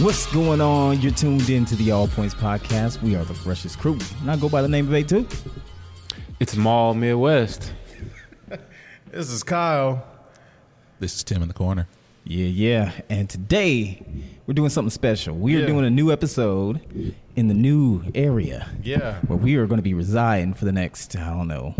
What's going on? You're tuned in to the All Points Podcast. We are the freshest crew. And I go by the name of A2. It's Mall Midwest. This is Kyle. This is Tim in the corner. Yeah, yeah. And today we're doing something special. We are Yeah. doing a new episode in the new area. Yeah. Where we are going to be residing for the next, I don't know,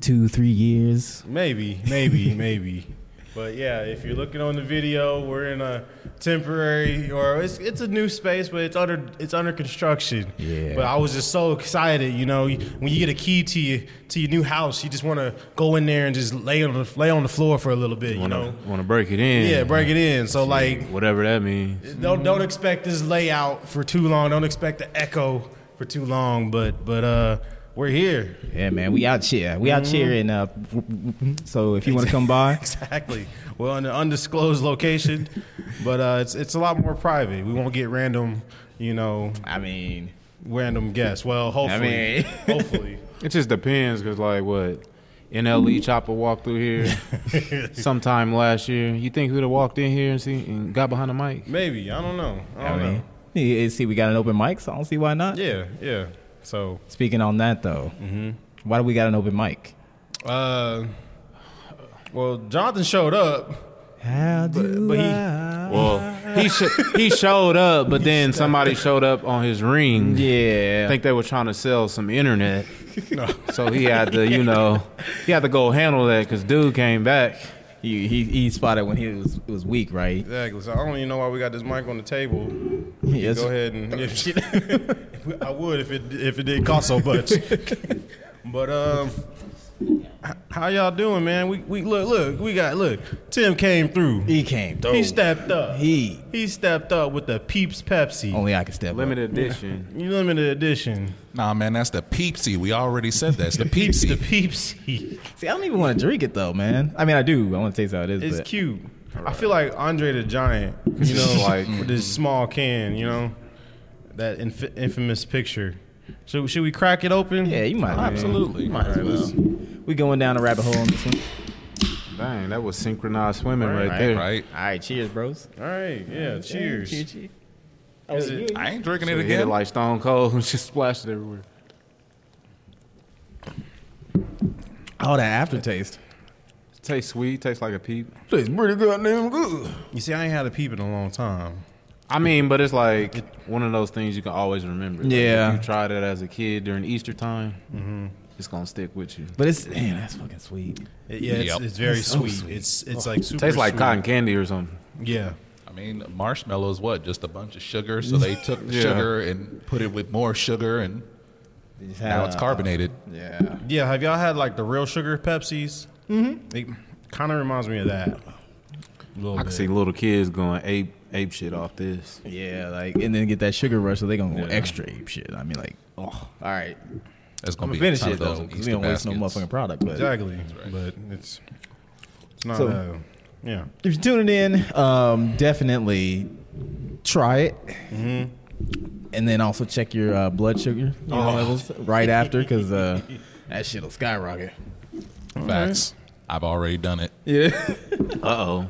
two, three years. Maybe, maybe, maybe. But yeah, if you're looking on the video, we're in a temporary or it's it's a new space, but it's under it's under construction. Yeah. But I was just so excited, you know, when you get a key to your to your new house, you just want to go in there and just lay on the lay on the floor for a little bit, you know. want to break it in? Yeah, break it in. So like whatever that means. Don't don't expect this layout for too long. Don't expect the echo for too long. But but uh, we're here. Yeah, man. We out here. We out here. And uh, Mm-hmm. so if you want to come by, Exactly. Well, in an undisclosed location, but uh, it's it's a lot more private. We won't get random, you know, I mean, random guests. Well, hopefully, mean- hopefully. It just depends, cause like what NLE Chopper walked through here sometime last year. You think he'd have walked in here and see and got behind the mic? Maybe I don't know. I I don't mean, know. yeah, see, we got an open mic, so I don't see why not. Yeah, Mm-hmm. yeah. So Speaking on that, though, why do we got an open mic? uh, well, Jonathan showed up. How do but he- I- Well, he sh- he showed up, but then somebody showed up on his ring. Yeah. I think they were trying to sell some internet, so he had to, you know, he had to go handle that because dude came back. he, he he spotted when he was it was weak, right? Exactly. So I don't even know why we got this mic on the table. Yes. Go ahead and I would if it if it didn't cost so much. but um, h- how y'all doing, man? We we look look we got look. Tim came through. He came. He stepped up. He Oh, He stepped up with the Peeps Pepsi, only I could step up. Limited edition. limited edition. Nah, man, that's the Peepsy. We already said that. It's the The Peepsy. Peepsy. See, I don't even want to drink it though, man. I mean, I do. I want to taste how it is. It's but cute. I feel like Andre the Giant. You know, like Mm. with this small can. You know, that inf- infamous picture. Should should we crack it open? Yeah, you might. man. Absolutely. Might as well. We going down a rabbit hole on this one. Dang, that was synchronized swimming right, Right, there. Right? All right, cheers, bros. All right. Yeah. Cheers. Cheers. cheers. Oh, Is wait, it- you- I ain't drinking So it he hit it again. like Stone Cold and just splashed it everywhere. oh, that aftertaste. Tastes sweet. Tastes like a peep. It's pretty goddamn good. You see, I ain't had a peep in a long time. I mean, but it's like one of those things you can always remember. Like, Yeah. Mm-hmm. if you tried it as a kid during Easter time. It's gonna stick with you. But it's man, that's fucking sweet. It- yeah, it's, Yep. it's very so sweet. Oh. sweet. It's it's like super. Tastes like sweet. cotton candy or something. Yeah. I mean, marshmallow is what? Just a bunch of sugar. So they took Yeah. sugar and put it with more sugar, and now it's carbonated. Yeah. Yeah. Have y'all had like the real sugar Pepsis? Mm-hmm. It kind of reminds me of that. A little I can bit. see little kids going ape ape shit off this. Yeah, like and then get that sugar rush, so they gonna go extra ape shit. I mean, like, oh, all right, That's I'm gonna going to be a finish ton it of those though, in because we Easter don't waste baskets. no motherfucking product. But Exactly. But it's it's not. So- uh, yeah. if you're tuning in, um, definitely try it, and then also check your uh, blood sugar you know, levels right after, because uh, that shit'll skyrocket. Facts. I've already done it. Yeah. Uh oh.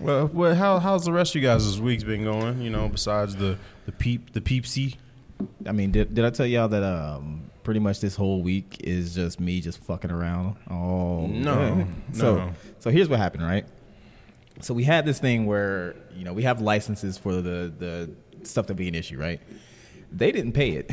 Well, well, how how's the rest of you guys' this week's been going? You know, besides the the peep the peepsy. I mean, did, did I tell y'all that um, pretty much this whole week is just me just fucking around? Oh No, yeah. So no. so here's what happened, right? So we had this thing where you know we have licenses for the the stuff that we can issue, right? They didn't pay it.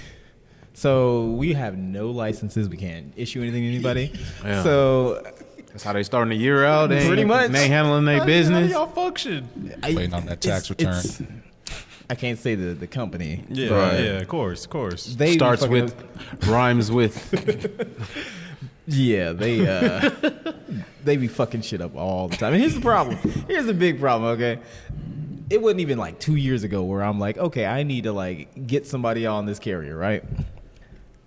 So we have no licenses. We can't issue anything to anybody. Yeah. So That's how they starting the year out. Oh, They ain't- Pretty much. They ain't handling How- their how business. y'all function. I, Waiting on that tax return. I can't say the, the company. Yeah. Right. Yeah. Of course. Of course. They Starts fucking- with rhymes with. Yeah, they uh they be fucking shit up all the time. And here's the problem. Here's the big problem, okay? It wasn't even like 2 years ago where I'm like, "Okay, I need to like get somebody on this carrier, right?"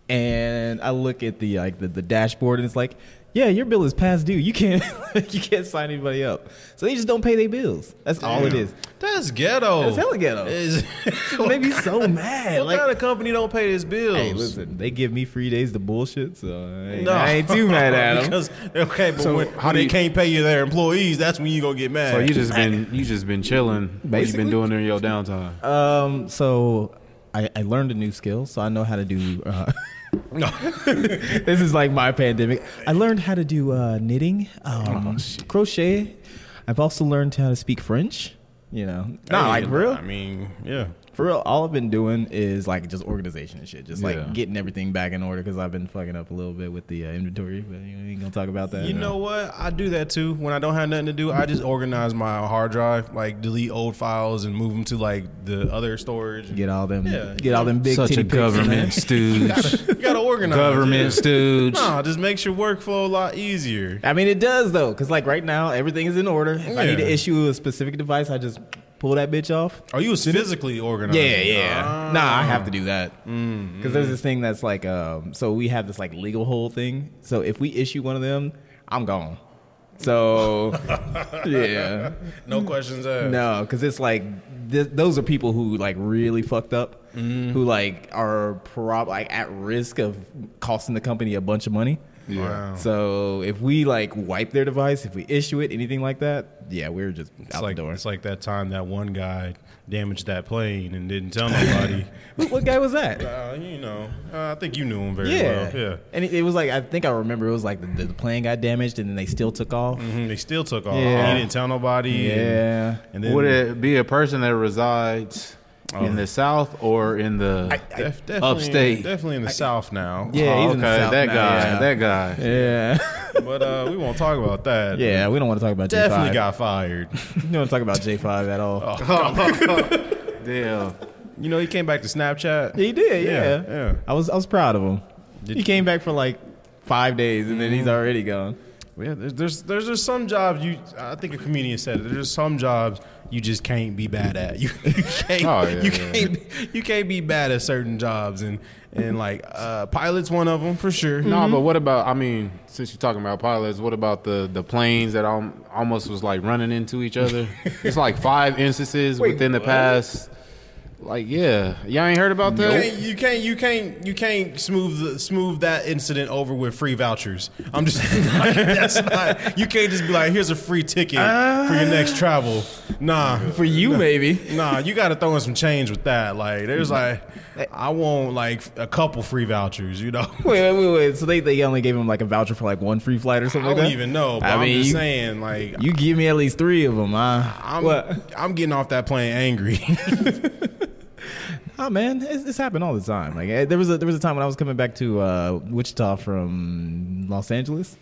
and I look at the like the, the dashboard, and it's like, yeah, your bill is past due. You can't you can't sign anybody up. So they just don't pay their bills. That's all it is. That's ghetto. That's hella ghetto. Is- It made me so mad. Oh. what Like, kind of company don't pay its bills? hey, listen, they give me free days to bullshit, so I ain't, No. I ain't too mad at them. because okay, but So when, how when do they you- can't pay you their employees, that's when you gonna get mad. So you just been you just been chilling. What you Basically. been doing during your downtime? Um, so I, I learned a new skill, so I know how to do. Uh, this is like my pandemic. I learned how to do uh, knitting, Oh, um, crochet. I've also learned how to speak French. You know, not Hey, like for real. I mean, yeah. For real, all I've been doing is like just organization and shit, just Yeah. like getting everything back in order because I've been fucking up a little bit with the uh, inventory. But you know, we ain't gonna talk about that. You know what? I do that too. When I don't have nothing to do, I just organize my hard drive, like delete old files and move them to like the other storage. get all them, Yeah. get all them big Such titty a pics, man. government stooge. You gotta organize. government yeah. stooge. Nah, just makes your workflow a lot easier. I mean, it does though, because like right now, everything is in order. If I need Yeah. to issue a specific device, I just pull that bitch off. Are you physically organized? Ah. Nah, I have to do that because Mm. there's this thing that's like, um, so we have this like legal hold thing. So if we issue one of them, I'm gone. So yeah, No questions asked. no, because it's like th- those are people who like really fucked up, Mm-hmm. who like are prob like at risk of costing the company a bunch of money. Wow. So if we like wipe their device, if we issue it, anything like that, yeah, we're just It's out like the door. it's like that time that one guy damaged that plane and didn't tell nobody. What, what guy was that? uh, you know, uh, I think you knew him very Yeah, well. Yeah. And it, it was like I think I remember it was like the, the plane got damaged and then they still took off. Mhm, They still took off. Yeah. He didn't tell nobody. Yeah. And, and then Oh. Would it be a person that resides in the South or in the? Def- definitely, upstate? definitely in the South now. Yeah, Oh, he's okay, in the South that now, guy, yeah. that guy. Yeah, but uh, we won't talk about that. yeah. We don't want to talk about Definitely J5. got fired. We don't want to talk about J five at all. Damn. You know, he came back to Snapchat. He did, yeah. Yeah, yeah. I was I was proud of him. he came back for like five days and then he's Mm-hmm. already gone. Yeah, there's there's there's just some jobs you. I think a comedian said it. There's just some jobs you just can't be bad at. You, you can't. Oh, yeah, you yeah. can't. You can't be bad at certain jobs, and and like uh, pilots, one of them for sure. No, but what about? I mean, since you're talking about pilots, what about the the planes that al- almost was like running into each other? it's like five instances within the past. Like, yeah, y'all ain't heard about You that? can't, you can't you can't you can't smooth the, smooth that incident over with free vouchers. I'm just like, that's not you can't just be like here's a free ticket for your next travel. Nah, For you, maybe. nah, you got to throw in some change with that. Like there's like I want like a couple free vouchers, you know. Wait, wait, wait, wait. So they, they only gave him like a voucher for like one free flight or something I like don't that? even know, but I I am mean, just you- saying like You give me at least three of them, huh? I'm What? I'm getting off that plane angry. Oh man, it's, it's happened all the time. Like eh, there was a there was a time when I was coming back to uh, Wichita from Los Angeles,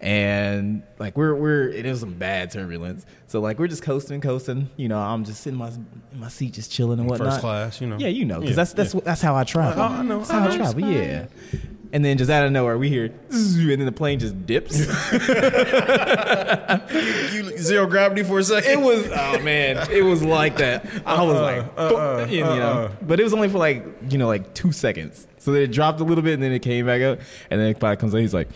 and like we're we're it was some bad turbulence. So like we're just coasting, coasting. You know, I'm just sitting in my in my seat, just chilling and whatnot. class, you know. Yeah, you know, because Yeah, that's that's what that's how I travel. Oh, I know, That's I how I know, travel. Yeah. And then just out of nowhere, we hear, "Zzz," and then the plane just dips. you zero gravity for a second. It was oh man, it was like that. I was like, uh-uh, you know, uh-uh. but it was only for like you know like two seconds. So then it dropped a little bit, and then it came back up, and then Clyde comes in. He's like,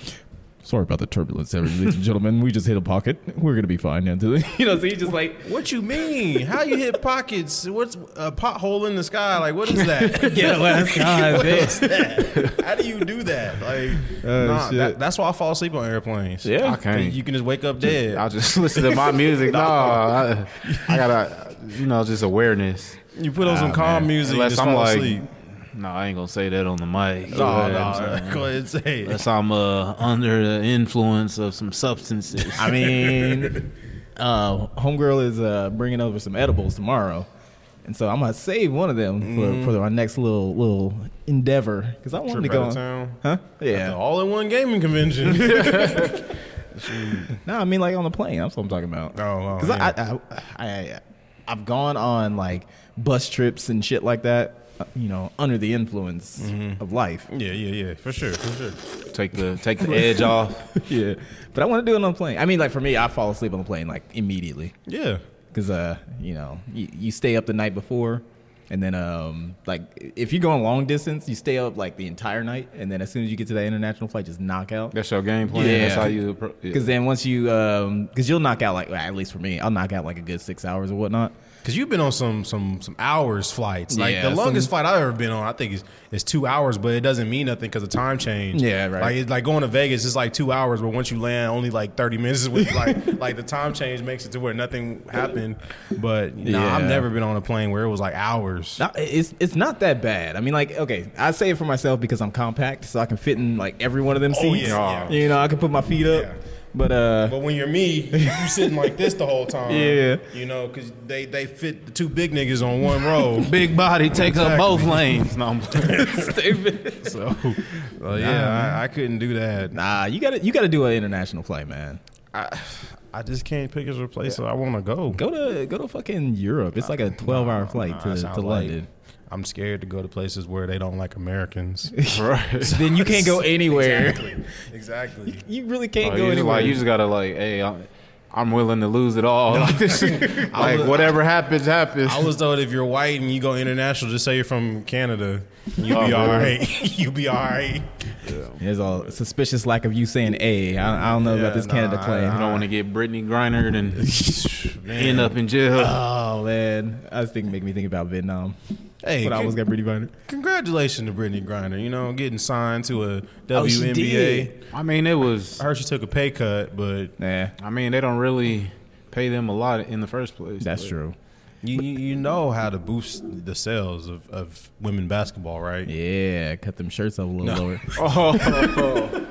"Sorry about the turbulence, ladies and gentlemen. We just hit a pocket. We're gonna be fine now." You know, so he's just like, What you mean? How you hit pockets? What's a pothole in the sky? Like what is that? "Yeah, last guy, what bitch." is that? How do you do that? Like, Oh, nah, shit. that, that's why I fall asleep on airplanes. Yeah. I can't. you can just wake up dead. I just listen to my music. no, I, I gotta, you know, just awareness. you put on some calm music, and Ah, Unless just I'm fall like, asleep. no, I ain't gonna say that on the mic. You know what No, no, I'm saying? go ahead and say it. Unless I'm uh, under the influence of some substances. I mean, uh, homegirl is uh, bringing over some edibles tomorrow. And so I'm gonna save one of them for, for our next little little endeavor because I wanted Mm-hmm. Trip to go. out of on- town. Huh? The Yeah. all-in-one gaming convention. No, I mean like on the plane. That's what I'm talking about. oh, because I, I, I, I, I've gone on like bus trips and shit like that, uh, you know, under the influence of life. yeah, yeah, yeah, for sure, for sure. take the take the edge off. yeah, but I want to do it on a plane. I mean, like for me, I fall asleep on the plane like immediately Yeah, because, uh, you know, you, you stay up the night before. And then, um, like, if you're going long distance, you stay up like the entire night, and then as soon as you get to that international flight, just knock out. That's your game plan. Yeah. That's how you. appro- yeah. Because then once you, because you'll knock out like well, at least for me, I'll knock out like a good six hours or whatnot. Cause you've been on some some some hours flights. Like Yeah, the longest some- flight I've ever been on, I think is is two hours, but it doesn't mean nothing because of time change. Yeah, right. Like it's like going to Vegas, it's like two hours, but once you land, only like thirty minutes. Is what, like like the time change makes it to where nothing happened. But nah, I've Yeah. never been on a plane where it was like hours. Not- It's it's not that bad. I mean, like, okay, I say it for myself because I'm compact, so I can fit in like every one of them Oh, seats. yeah, yeah. You know, I can put my feet up. Yeah. But uh, But when you're me, you sitting like this the whole time. Yeah. you know, because they they fit the two big niggas on one row. Big body takes Exactly. up both lanes. No, I'm so, Oh, so, yeah, I, I couldn't do that. nah, you gotta you gotta do an international flight, man. I, I just can't pick his replacement. I want to go. Go to go to fucking Europe. It's like a 12 hour flight Nah, to, that to sounds like- London. I'm scared to go to places where they don't like Americans. right. then you can't go anywhere. exactly. You really can't Oh, go you just, anywhere. like you just gotta like, hey, I'm, I'm willing to lose it all. like this shit- like, was- whatever happens, happens. I was told if you're white and you go international, just say you're from Canada. You'll Oh, be all really? right. You'll be all right. There's a suspicious lack of you saying "a." I, I don't know about Yeah, this Canada nah, claim. I don't want to get Brittany Griner and end up in jail. Oh man, I was thinking make me think about Vietnam. Hey, when I was got pretty binder. congratulations to Brittany Griner. You know, getting signed to a she WNBA. did. I mean, it was. I heard she took a pay cut, but Yeah, I mean, they don't really pay them a lot in the first place. that's but- true. you you you know how to boost the sales of, of women basketball, right? Yeah, cut them shirts up a little lower. Oh,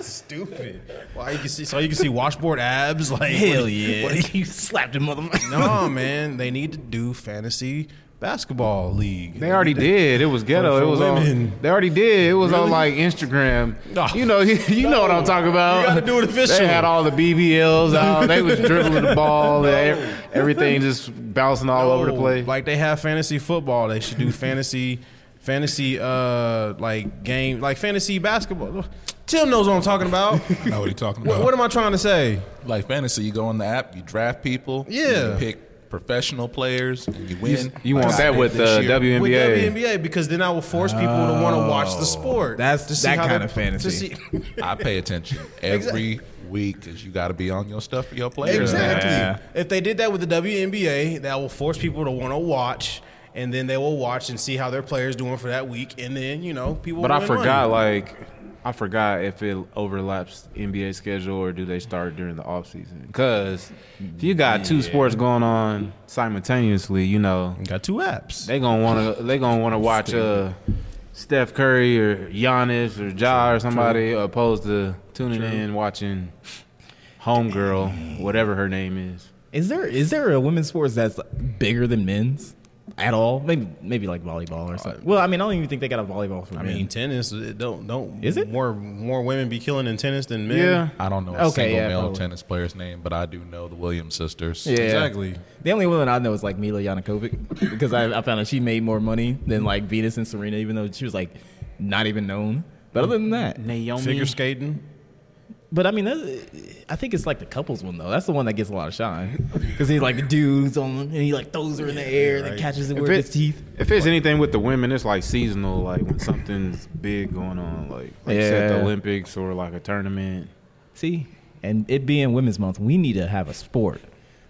Stupid. Why you can see so you can see washboard abs like Hell what- yeah! what- you slapped him, motherfucker? No, man, they need to do fantasy basketball league. they already did. It was ghetto. For- for it was women. on. They already did. It was on Really? like Instagram. No. You know, you, know what I'm talking about. You gotta do it official. They had all the BBLs out. They was dribbling the ball. They- everything just bouncing all over the No, place. Like they have fantasy football. They should do fantasy, fantasy, uh, like game, like fantasy basketball. Tim knows what I'm talking about. I know what you're talking about. what, what am I trying to say? like fantasy, you go on the app, you draft people, Yeah. you pick professional players, and you win. You Like want I that did with this the year. WNBA. With WNBA because then I will force people to want to watch the sport. that's- to see that how kind they- of fantasy. to see- I pay attention every week because you got to be on your stuff for your players. Exactly. Yeah. If they did that with the WNBA, that will force people to want to watch, and then they will watch and see how their players doing for that week, and then you know people. But will I win forgot, money. like, I forgot if it overlaps NBA schedule or do they start during the off season? Because if you got two sports going on simultaneously, you know got two apps. they gonna want to they gonna want to watch uh, Steph Curry or Giannis or Ja or somebody opposed to tuning in watching Homegirl, whatever her name is. Is there is there a women's sports that's bigger than men's at all? Maybe maybe like volleyball or something. Well, I mean, I don't even think they got a volleyball for I men. mean, tennis. it Don't don't. Is it? more more women be killing in tennis than men? Yeah, I don't know a Okay, single yeah, male probably. tennis player's name, but I do know the Williams sisters. Yeah. exactly. The only one that I know is like Mila Yanakovic because I, I found out she made more money than like Venus and Serena, even though she was like not even known. But other than that, Naomi. Figure skating. but I mean, that's, I think it's like the couples one though. That's the one that gets a lot of shine because he's like the dudes on and he like throws her in the air and then Right. catches it If with it- his teeth. If it's anything with the women, it's like seasonal, like when something's big going on, like, like you said, the Yeah. Olympics or like a tournament. See, and it being Women's Month, we need to have a sport,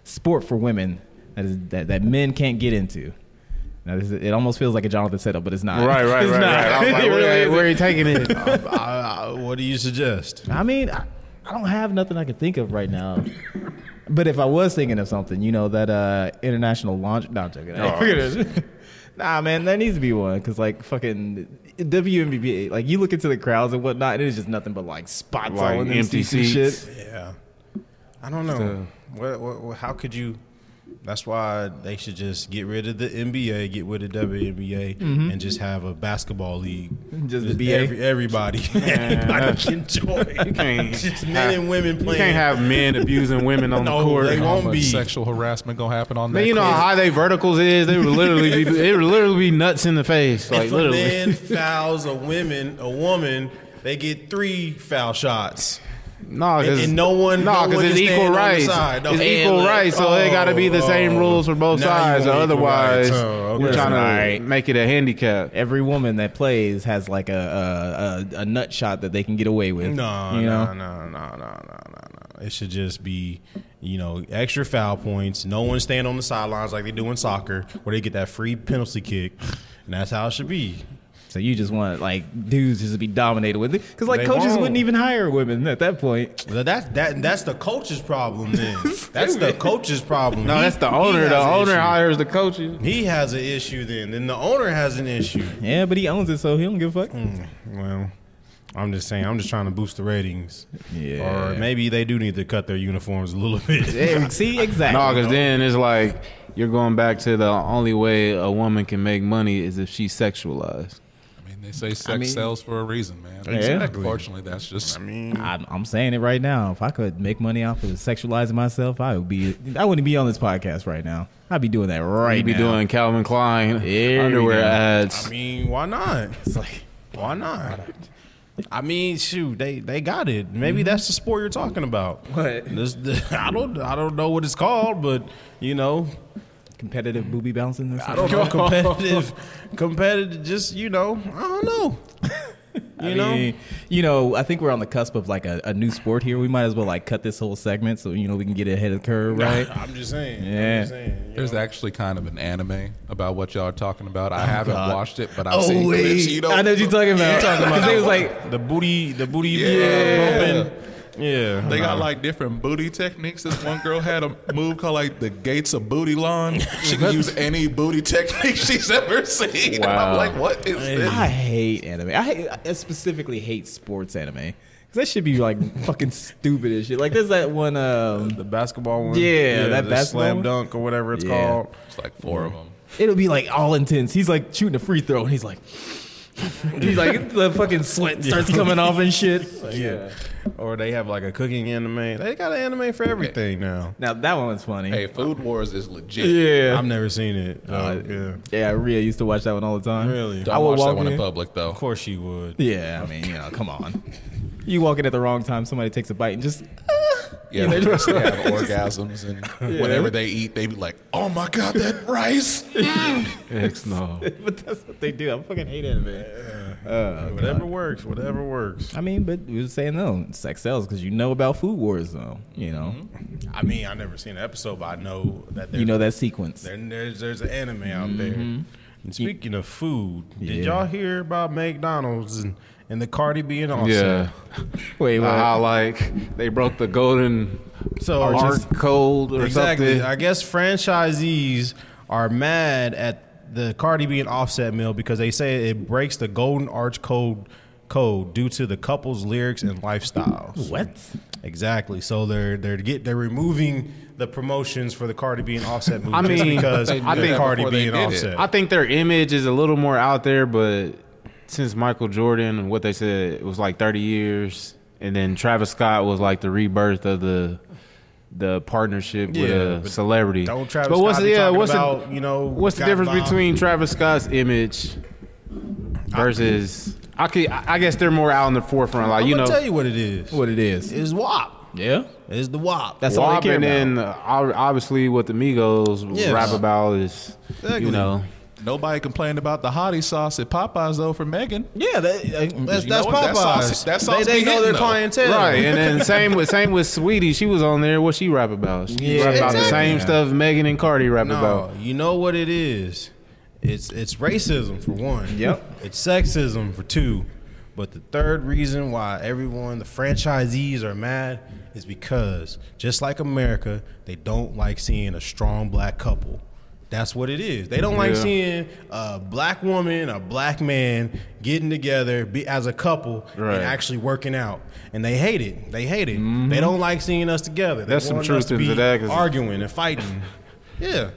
sport for women that is that, that men can't get into. Now, this is, it almost feels like a Jonathan setup, but it's not. Right, right, It's right, not. right. I was like, It really where, isn't. where are you taking it? I, I, what do you suggest? I mean, I, I don't have nothing I can think of right now. But if I was thinking of something, you know, that uh, international launch. No, I'm joking. Oh, nah, man, there needs to be one because, like, fucking WNBA, like, you look into the crowds and whatnot, and it's just nothing but, like, spots Like, all in the empty seats and seats. shit. Yeah, I don't know. What, what, what- how could you? That's why they should just get rid of the NBA, get rid of WNBA, and just have a basketball league. Just the BA? everybody, everybody can join. You can't Just men have- and women You playing. can't have men abusing women on No, the court. they How won't much be. Um, sexual harassment gonna happen on Man, that? you know court? how high they verticals is. They would literally be, it would literally be nuts in the face, like if a literally. man fouls a woman, a woman, they get three foul shots. No, And, because and no one, No, no, because one it's just equal stand on the rights. side. It's And equal like, rights, so it got to be the same oh, rules for both now you sides. Or want equal otherwise, rights. Oh, we're okay. trying to Right. make it a handicap. Every woman that plays has like a a, a, a nut shot that they can get away with. No, you know? no, no, no, no, no, no, no. It should just be, you know, extra foul points. No one stand on the sidelines like they do in soccer, where they get that free penalty kick, and that's how it should be. So you just want like dudes just to be dominated with it because like They coaches won't. wouldn't even hire women at that point. Well, that's that. That's the coach's problem. Then that's the coach's problem. No, He- that's the he owner. has The an owner issue. hires the coaches. He has an issue. Then then the owner has an issue. Yeah, but he owns it, so he don't give a Mm. fuck. Well, I'm just saying. I'm just trying to boost the ratings. Yeah. Or maybe they do need to cut their uniforms a little bit. Yeah, See, exactly. No, because then it's like you're going back to the only way a woman can make money is if she's sexualized. I mean, they say sex mean- sells for a reason, man. Exactly. Unfortunately, that's just. I'm, I'm saying it right now. If I could make money off of sexualizing myself, I would be. I wouldn't be on this podcast right now. I'd be doing that right You'd be now. doing Calvin Klein Every underwear day. ads. I mean, why not? It's like, Why not? I mean, shoot, they they got it. Maybe that's the sport you're talking about. Mm-hmm. What? This, the, I don't I don't know what it's called, but you know, competitive booby bouncing. Or something. I don't know competitive, competitive. Just you know, I don't know. You I know, mean, you know, I think we're on the cusp of like a, a new sport here. We might as well like cut this whole segment so you know we can get ahead of the curve, right? I'm just saying. Yeah. I'm just saying you There's know. actually kind of an anime about what y'all are talking about. I haven't Oh, God. watched it, but I've Oh seen wait, clips. You know, I know what you're talking about. talking about- Because they was like, the booty, the booty, Yeah. yeah, yeah. They got nah. like different booty techniques. This one girl had a move called like the gates of booty lawn. She can use any booty technique she's ever seen. And Wow. I'm like, what is this? I hate anime. I, hate, I specifically hate sports anime because that should be like fucking stupid as shit. Like there's that one. Um, the basketball one. Yeah, that the basketball slam one. dunk or whatever it's Yeah. called. It's like four of them. it'll be like all intense. He's like shooting a free throw and he's like, he's like the fucking sweat starts coming off and shit. Yeah. Or they have like a cooking anime. They got an anime for everything now. Now that one was funny. Hey, oh, Food Wars is legit. Yeah. Uh, I've never seen it. so, yeah. yeah, Rhea used to watch that one all the time. Really? Don't I would watch that walk one in in. public though. Of course you would. Yeah, I mean, you know, come on. You walk in at the wrong time, somebody takes a bite and just Yeah, they just have orgasms and whatever they eat, they be like, "Oh my god, that rice!" Heck no. but that's what they do. I fucking hate anime. Whatever works, whatever works. I mean, but we were saying though, sex sells because you know about food wars though. You know, I mean, I never seen an episode, but I know that there's you know that sequence. there- there's there's an anime out there. And speaking of food, did Yeah. y'all hear about McDonald's and, and the Cardi B and all Yeah. Wait, what? How like they broke the golden So arc code or Exactly. something. I guess franchisees are mad at the Cardi B and Offset meal because they say it breaks the Golden Arch Code code due to the couple's lyrics and lifestyles. what? Exactly. So they're they're get they're removing the promotions for the Cardi B and Offset movie I just mean, because they I did think that Cardi before B they and did it. Offset. I think their image is a little more out there, but since Michael Jordan and what they said it was like 30 years, and then Travis Scott was like the rebirth of the the partnership Yeah, with a but celebrity. don't Travis Scott be talking about, you know, what's the got difference bombed. between Travis Scott's image versus I could I I guess they're more out in the forefront, like I'm you gonna know, tell you what it is. What it is? It's WAP. Yeah, It's the WAP. that's all I WAP care and about. then uh, ob- obviously what the Migos Yes. rap about is Exactly. you know. Nobody complained about the hottie sauce at Popeyes though for Megan. yeah, that, I, that's, You know that's what? That sauce- Popeyes. that sauce they, they be know hitting, their though. clientele. Right, and then same with same with Sweetie. She was on there. What she rap about? She Yeah, rap about the exactly. same stuff Megan and Cardi rap No, about. you know what it is. It's it's racism for one. Yep. It's sexism for two. But the third reason why everyone, the franchisees, are mad is because just like America, they don't like seeing a strong black couple. That's what it is. They don't like Yeah. seeing a black woman, a black man getting together be, as a couple Right. Mm-hmm. and actually working out, and they hate it. They hate it. They don't like seeing us together. They That's some want truth us to into be that, 'cause- Arguing and fighting. yeah,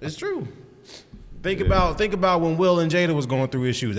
it's true. Think about think about when Will and Jada was going through issues.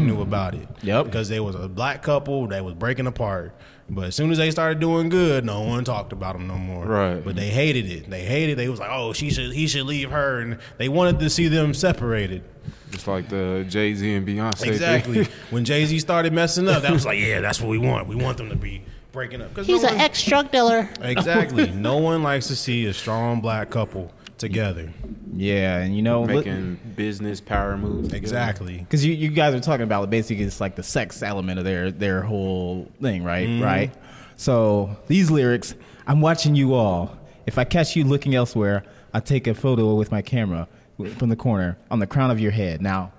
knew about it. Yep. Because they was a black couple that was breaking apart. But as soon as they started doing good, no one talked about them no more. Right. But they hated it. They hated. They was like, oh, she should he should leave her, and they wanted to see them separated. Just like the Jay Z and Beyonce. thing. Exactly. when Jay Z started messing up, that was like, yeah, that's what we want. We want them to be breaking up. 'Cause He's no an one- ex drug dealer. Exactly. no one likes to see a strong black couple together. Yeah, and you know, making business power moves. together. Exactly. because you, you guys are talking about basically it's like the sex element of their their whole thing, right? Right. So these lyrics, I'm watching you all. If I catch you looking elsewhere, I take a photo with my camera w- from the corner on the crown of your head. Now,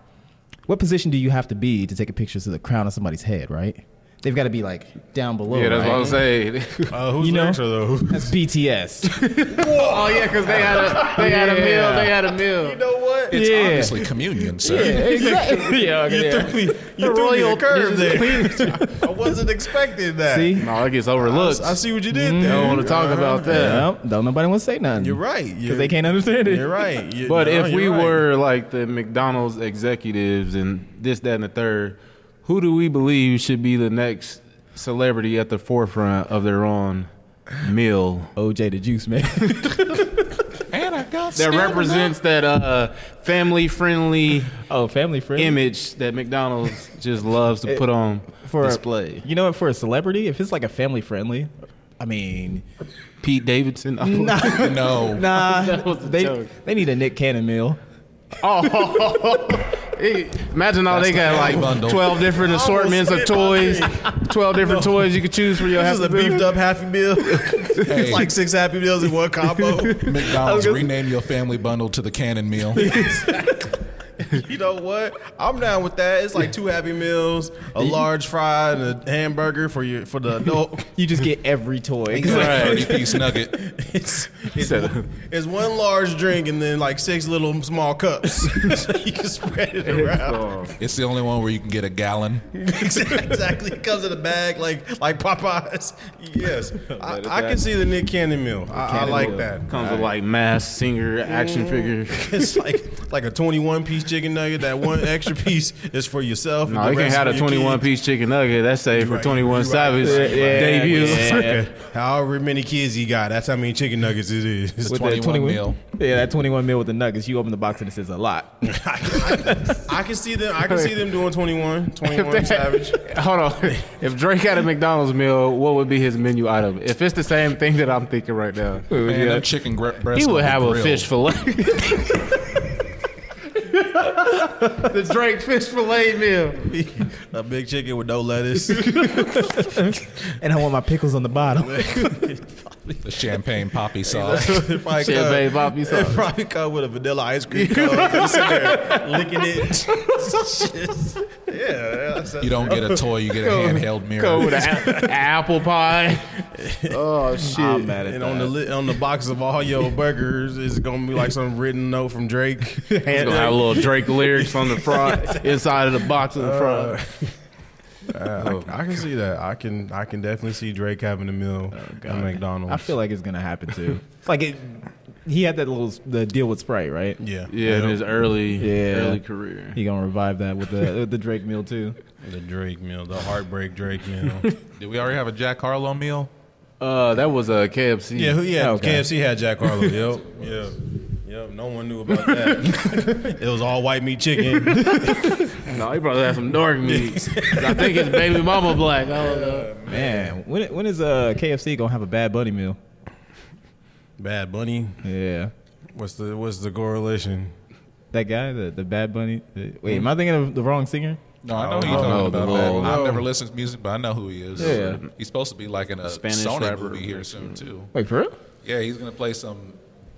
what position do you have to be to take a picture to the crown of somebody's head? Right? They've got to be like down below. Yeah, that's right? what I'm saying. Uh, who's You know- lyrics are those? That's BTS. oh yeah, because they had a they had a meal. They had a meal. It's Yeah. obviously communion, sir. exactly. yeah, yeah. You threw me a royal curve there. I wasn't expecting that. See? Mm-hmm. No, it gets overlooked. I see what you did They there. don't want to talk about that. Nope, don't nobody want to say nothing. You're right. You're- Because they can't understand it. You're right. You- But no, if you're we right. were like the McDonald's executives and this, that, and the third, who do we believe should be the next celebrity at the forefront of their own meal OJ the Juice Man. And I that got salmon. represents that uh, family-friendly oh, family friend. image that McDonald's just loves to put on for display? You know what? For a celebrity, if it's like a family friendly, I mean, Pete Davidson. No. nah, was a they joke. they need a Nick Cannon meal. Hey, Imagine all they got like bundle. twelve different assortments of toys, twelve different toys you could choose for your This is house. a beefed up Happy Meal. Hey, It's like six Happy Meals in one combo. McDonald's, rename your family bundle to the cannon meal. you know what? I'm down with that. It's like two Happy Meals, a large fry, and a hamburger for your for the adult. You just get every toy. It's like Right. 30 piece nugget. It's, it's, one, it's one large drink and then like six little small cups. so you can spread it around. It's the only one where you can get a gallon. exactly. It comes in a bag like like Popeyes. Yes. I, I can see the Nick Cannon meal. I, I like that. Comes with like mask, singer, action figure. It's like like a 21 piece chicken nugget. That one extra piece is for yourself. No, you can have a 21 piece chicken nugget. That's safe for right, 21 you right. Savage debut. Okay. However many kids you got, that's how many chicken nuggets it is. With that 21 21 meal. Yeah, that 21 meal with the nuggets. You open the box and it says a lot. I can see them. I can see them doing 21, 21 If they- Savage. Hold on. If Drake had a McDonald's meal, what would be his menu item? If it's the same thing that I'm thinking right now, Man, that chicken gre- breast. he would gonna be have a grilled. fish fillet. the Drake fish fillet meal. a big chicken with no lettuce. and I want my pickles on the bottom. The champagne poppy sauce. probably Shit, cut- babe, Bob, you It saw. probably come with a vanilla ice cream cone. Just sitting there licking it. Shit. Yeah, that's You don't get a toy, you get a handheld mirror. Go with a- apple pie. Oh shit! I'm mad at And that. on the li- on the box of all your burgers is gonna be like some written note from Drake. It's gonna have a little Drake lyrics on the front, inside of the box on the front. Uh, I, I can see that. I can I can definitely see Drake having a Oh, meal at McDonald's. I feel like it's gonna happen too. like it, he had that little the deal with Sprite, right? yeah, Yeah, in his early, Yeah. early career. He gonna revive that with the with the Drake meal too. The Drake meal, the heartbreak Drake meal. Did we already have a Jack Harlow meal? Uh, that was a KFC. yeah, who? Yeah, Okay. KFC had Jack Harlow. Yep, yeah, yep. No one knew about that. it was all white meat chicken. no, he probably had some dark meat. I think it's baby mama black. I don't know. Man, when when is uh KFC gonna have a Bad Bunny meal? Bad Bunny. Yeah. What's the what's the correlation? That guy, the, the Bad Bunny. the- wait, am I thinking of the wrong singer? No, I know Oh, who you're no, talking the about. Oh. little- man. I've never listened to music, but I know who he is. Yeah. He's supposed to be like in a Spanish Sony rapper. movie here soon too. Wait, for real? Yeah, he's gonna play some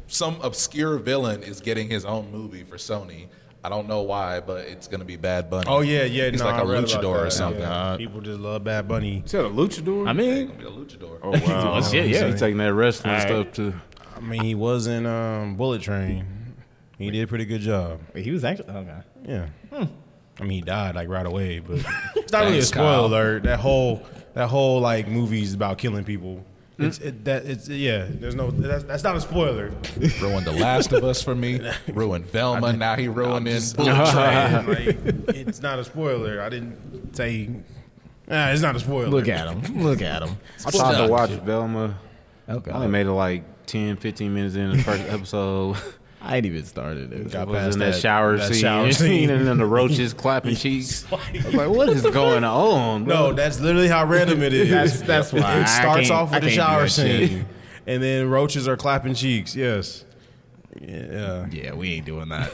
some obscure villain is getting his own movie for Sony. I don't know why, but it's gonna be Bad Bunny. Oh yeah, yeah. he's no, like I a read about luchador or that. something. Yeah. People just love Bad Bunny. Is that a luchador? I mean, He's gonna be a luchador. wow. shit, yeah. He's taking that wrestling All right. stuff too. I mean, he was in um, Bullet Train. He did a pretty good job. wait, he was actually oh, okay. Yeah. Hmm. I mean, he died like right away, but it's not really a Thanks, spoiler Kyle. alert. That whole that whole like movie's about killing people. It's it, that it's yeah. There's no that's, that's not a spoiler. ruined The Last of Us for me. Ruined Velma. now he ruined it. And, like, it's not a spoiler. I didn't say. Nah, it's not a spoiler. Look at him. Look at him. I tried to watch Velma. Okay. I only made it like 10, 15 minutes in the first episode. I ain't even started it. Got was past in that, that- shower that scene, shower scene, scene. and then the roaches clapping cheeks. I was like, what is going on? bro? No, that's literally how random it is. That's- that's why I It starts can't- off I with a can't do shower that shit. scene, and then roaches are clapping cheeks. Yes. Yeah. Yeah, we ain't doing that.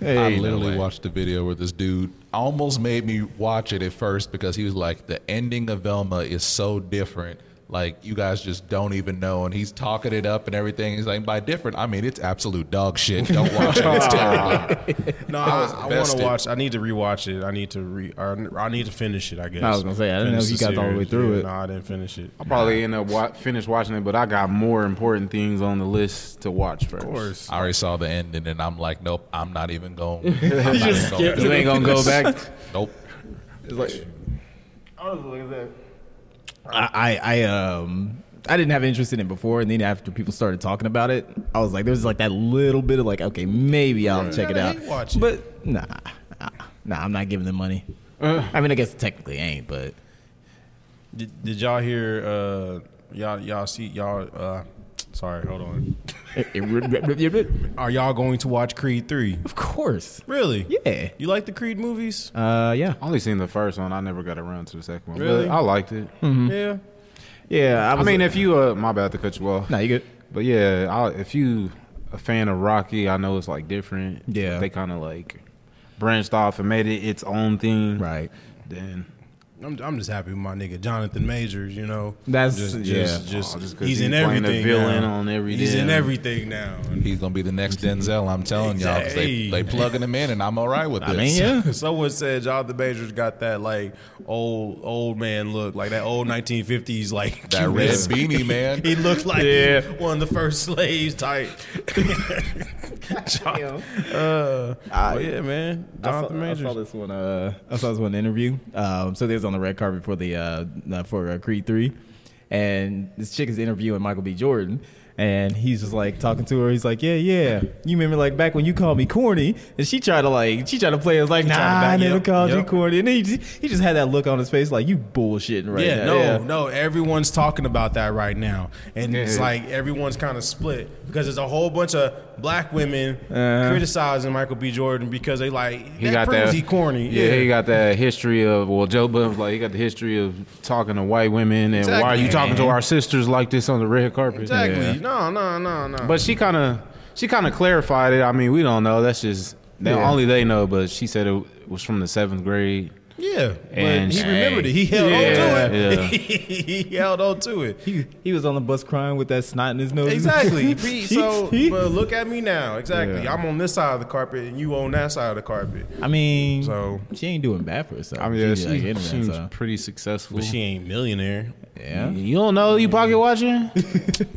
I literally watched the video where this dude almost made me watch it at first because he was like, the ending of Velma is so different. Like, you guys just don't even know. And he's talking it up and everything. He's like, by different, I mean, it's absolute dog shit. Don't watch it. It's Ah. terrible. No, I I, was I want invested. to watch. I need to rewatch it. I need to re. Or I need to finish it. I guess. I was gonna say, I didn't know if Finish you got the whole way series. through Yeah, it. No, I didn't finish it. Of probably end up wa- finish watching it, but I got more important things on the list to watch first. Of course. I already saw the ending and I'm like, nope, I'm not even going. You just skipped it. You ain't gonna go back? Nope. I, I, I, um, I didn't have interest in it before, and then after people started talking about it, I was like, there was like that little bit of like, okay, maybe I'll check it gotta out. hate watch it. But nah, nah, nah, I'm not giving them money. I mean, I guess technically I ain't, but Did, did y'all hear? Uh, y'all, y'all see? Y'all. Uh, sorry. Hold on. Are y'all going to watch Creed three? of course, Really? yeah, You like the Creed movies? uh, yeah, I only seen the first one. I never got around to the second one. Really? But I liked it. Yeah. Hmm. yeah. I was- mean, if you, uh, my bad to cut you off. nah, you good? But yeah, I, if you a fan of Rocky, I know it's like different. Yeah. They kind of like branched off and made it its own thing. Right. Then I'm, I'm just happy with my nigga Jonathan Majors. You know, That's- just, yeah. just, just, Oh, just 'cause he's, he's in playing a everything. villain now. on every He's in damn- everything now. And He's going to be the next Denzel, I'm telling y'all. 'cause They, Exactly. they plugging him in and I'm all right with this. I mean, yeah. Someone said Jonathan Majors got that like old old man look, like that old 1950s like That red beanie, man. He looked like Yeah. one of the first slaves type. John, uh, but yeah, man. I saw, Jonathan I Majors. saw this one. Uh, I saw this one interview. Um, so they was on the red carpet for the uh, uh, for uh, Creed three, and this chick is interviewing Michael B. Jordan, and he's just like talking to her. He's like, "Yeah, yeah, you remember like back when you called me corny?" And she tried to like she tried to play it like, "Nah, tried to I back- never yep, called you yep. corny." And then he just, he just had that look on his face like, "You bullshitting right yeah, now." no, no. Everyone's talking about that right now, and it's Yeah. like everyone's kind of split because there's a whole bunch of black women Uh-huh. criticizing Michael B. Jordan because they like he that got proves that. he corny. Yeah, he got that history of well, Joe Buff like he got the history of talking to white women and why are you Exactly. talking to our sisters like this on the red carpet? exactly. Yeah. No, no, no, no. But she kind of she kind of clarified it. I mean, we don't know. That's just they, Yeah. only they know. But she said it was from the seventh grade. Yeah, but And- he remembered it. He held on to Yeah, it. he held on to it. He, he was on the bus crying with that snot in his nose. Exactly. Be- so, but look at me now. Exactly. I'm on this side of the carpet, and you on that side of the carpet. I mean, So- she ain't doing bad for herself. I mean, yeah, She's, like, she into that, seems so. pretty successful. ain't millionaire. yeah. You don't know you pocket watching?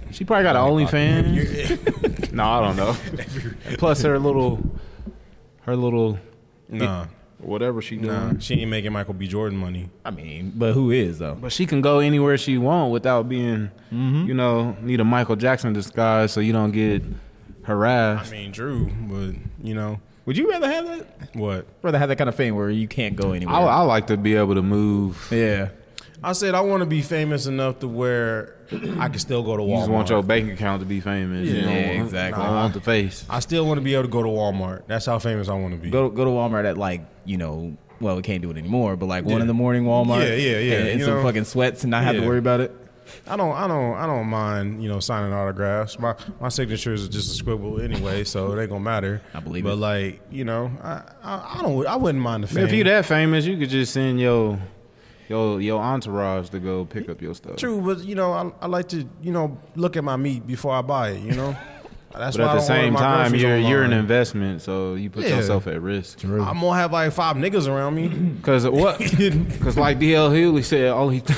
she probably got an OnlyFans. no, I don't know. Plus her little, her little Nah, whatever she doing. nah. She ain't making Michael B. Jordan money. I mean, but who is though? But she can go anywhere she want without being, Mm-hmm. you know, need a Michael Jackson disguise so you don't get I harassed. mean, Drew, but you know Would you rather have that? what? Rather have that kind of fame where you can't go anywhere? I, I like to be able to move. yeah, I said I want to be famous enough to where I can still go to Walmart. You just want your bank account to be famous. You Yeah, don't want- exactly. I want the face. I still want to be able to go to Walmart. That's how famous I want to be. go go to Walmart at like you know, well, we can't do it anymore, but like one Yeah. in the morning Walmart. Yeah, yeah, yeah, and- And you some know? fucking sweats and not have to Yeah. worry about it. I don't, I don't, I don't mind, you know, signing autographs. My my signatures are just a scribble anyway, so it ain't gonna matter. I believe but it. like, you know, I, I, I don't, I wouldn't mind the fame. If you that famous, you could just send your your your entourage to go pick up your stuff. True, but you know, I, I like to, you know, look at my meat before I buy it. You know, that's But why at I the don't order same my time, groceries you're you're an online. investment, so you put Yeah. yourself at risk. I'm gonna have like five niggas around me. Because what? Because like DL Hughley said, only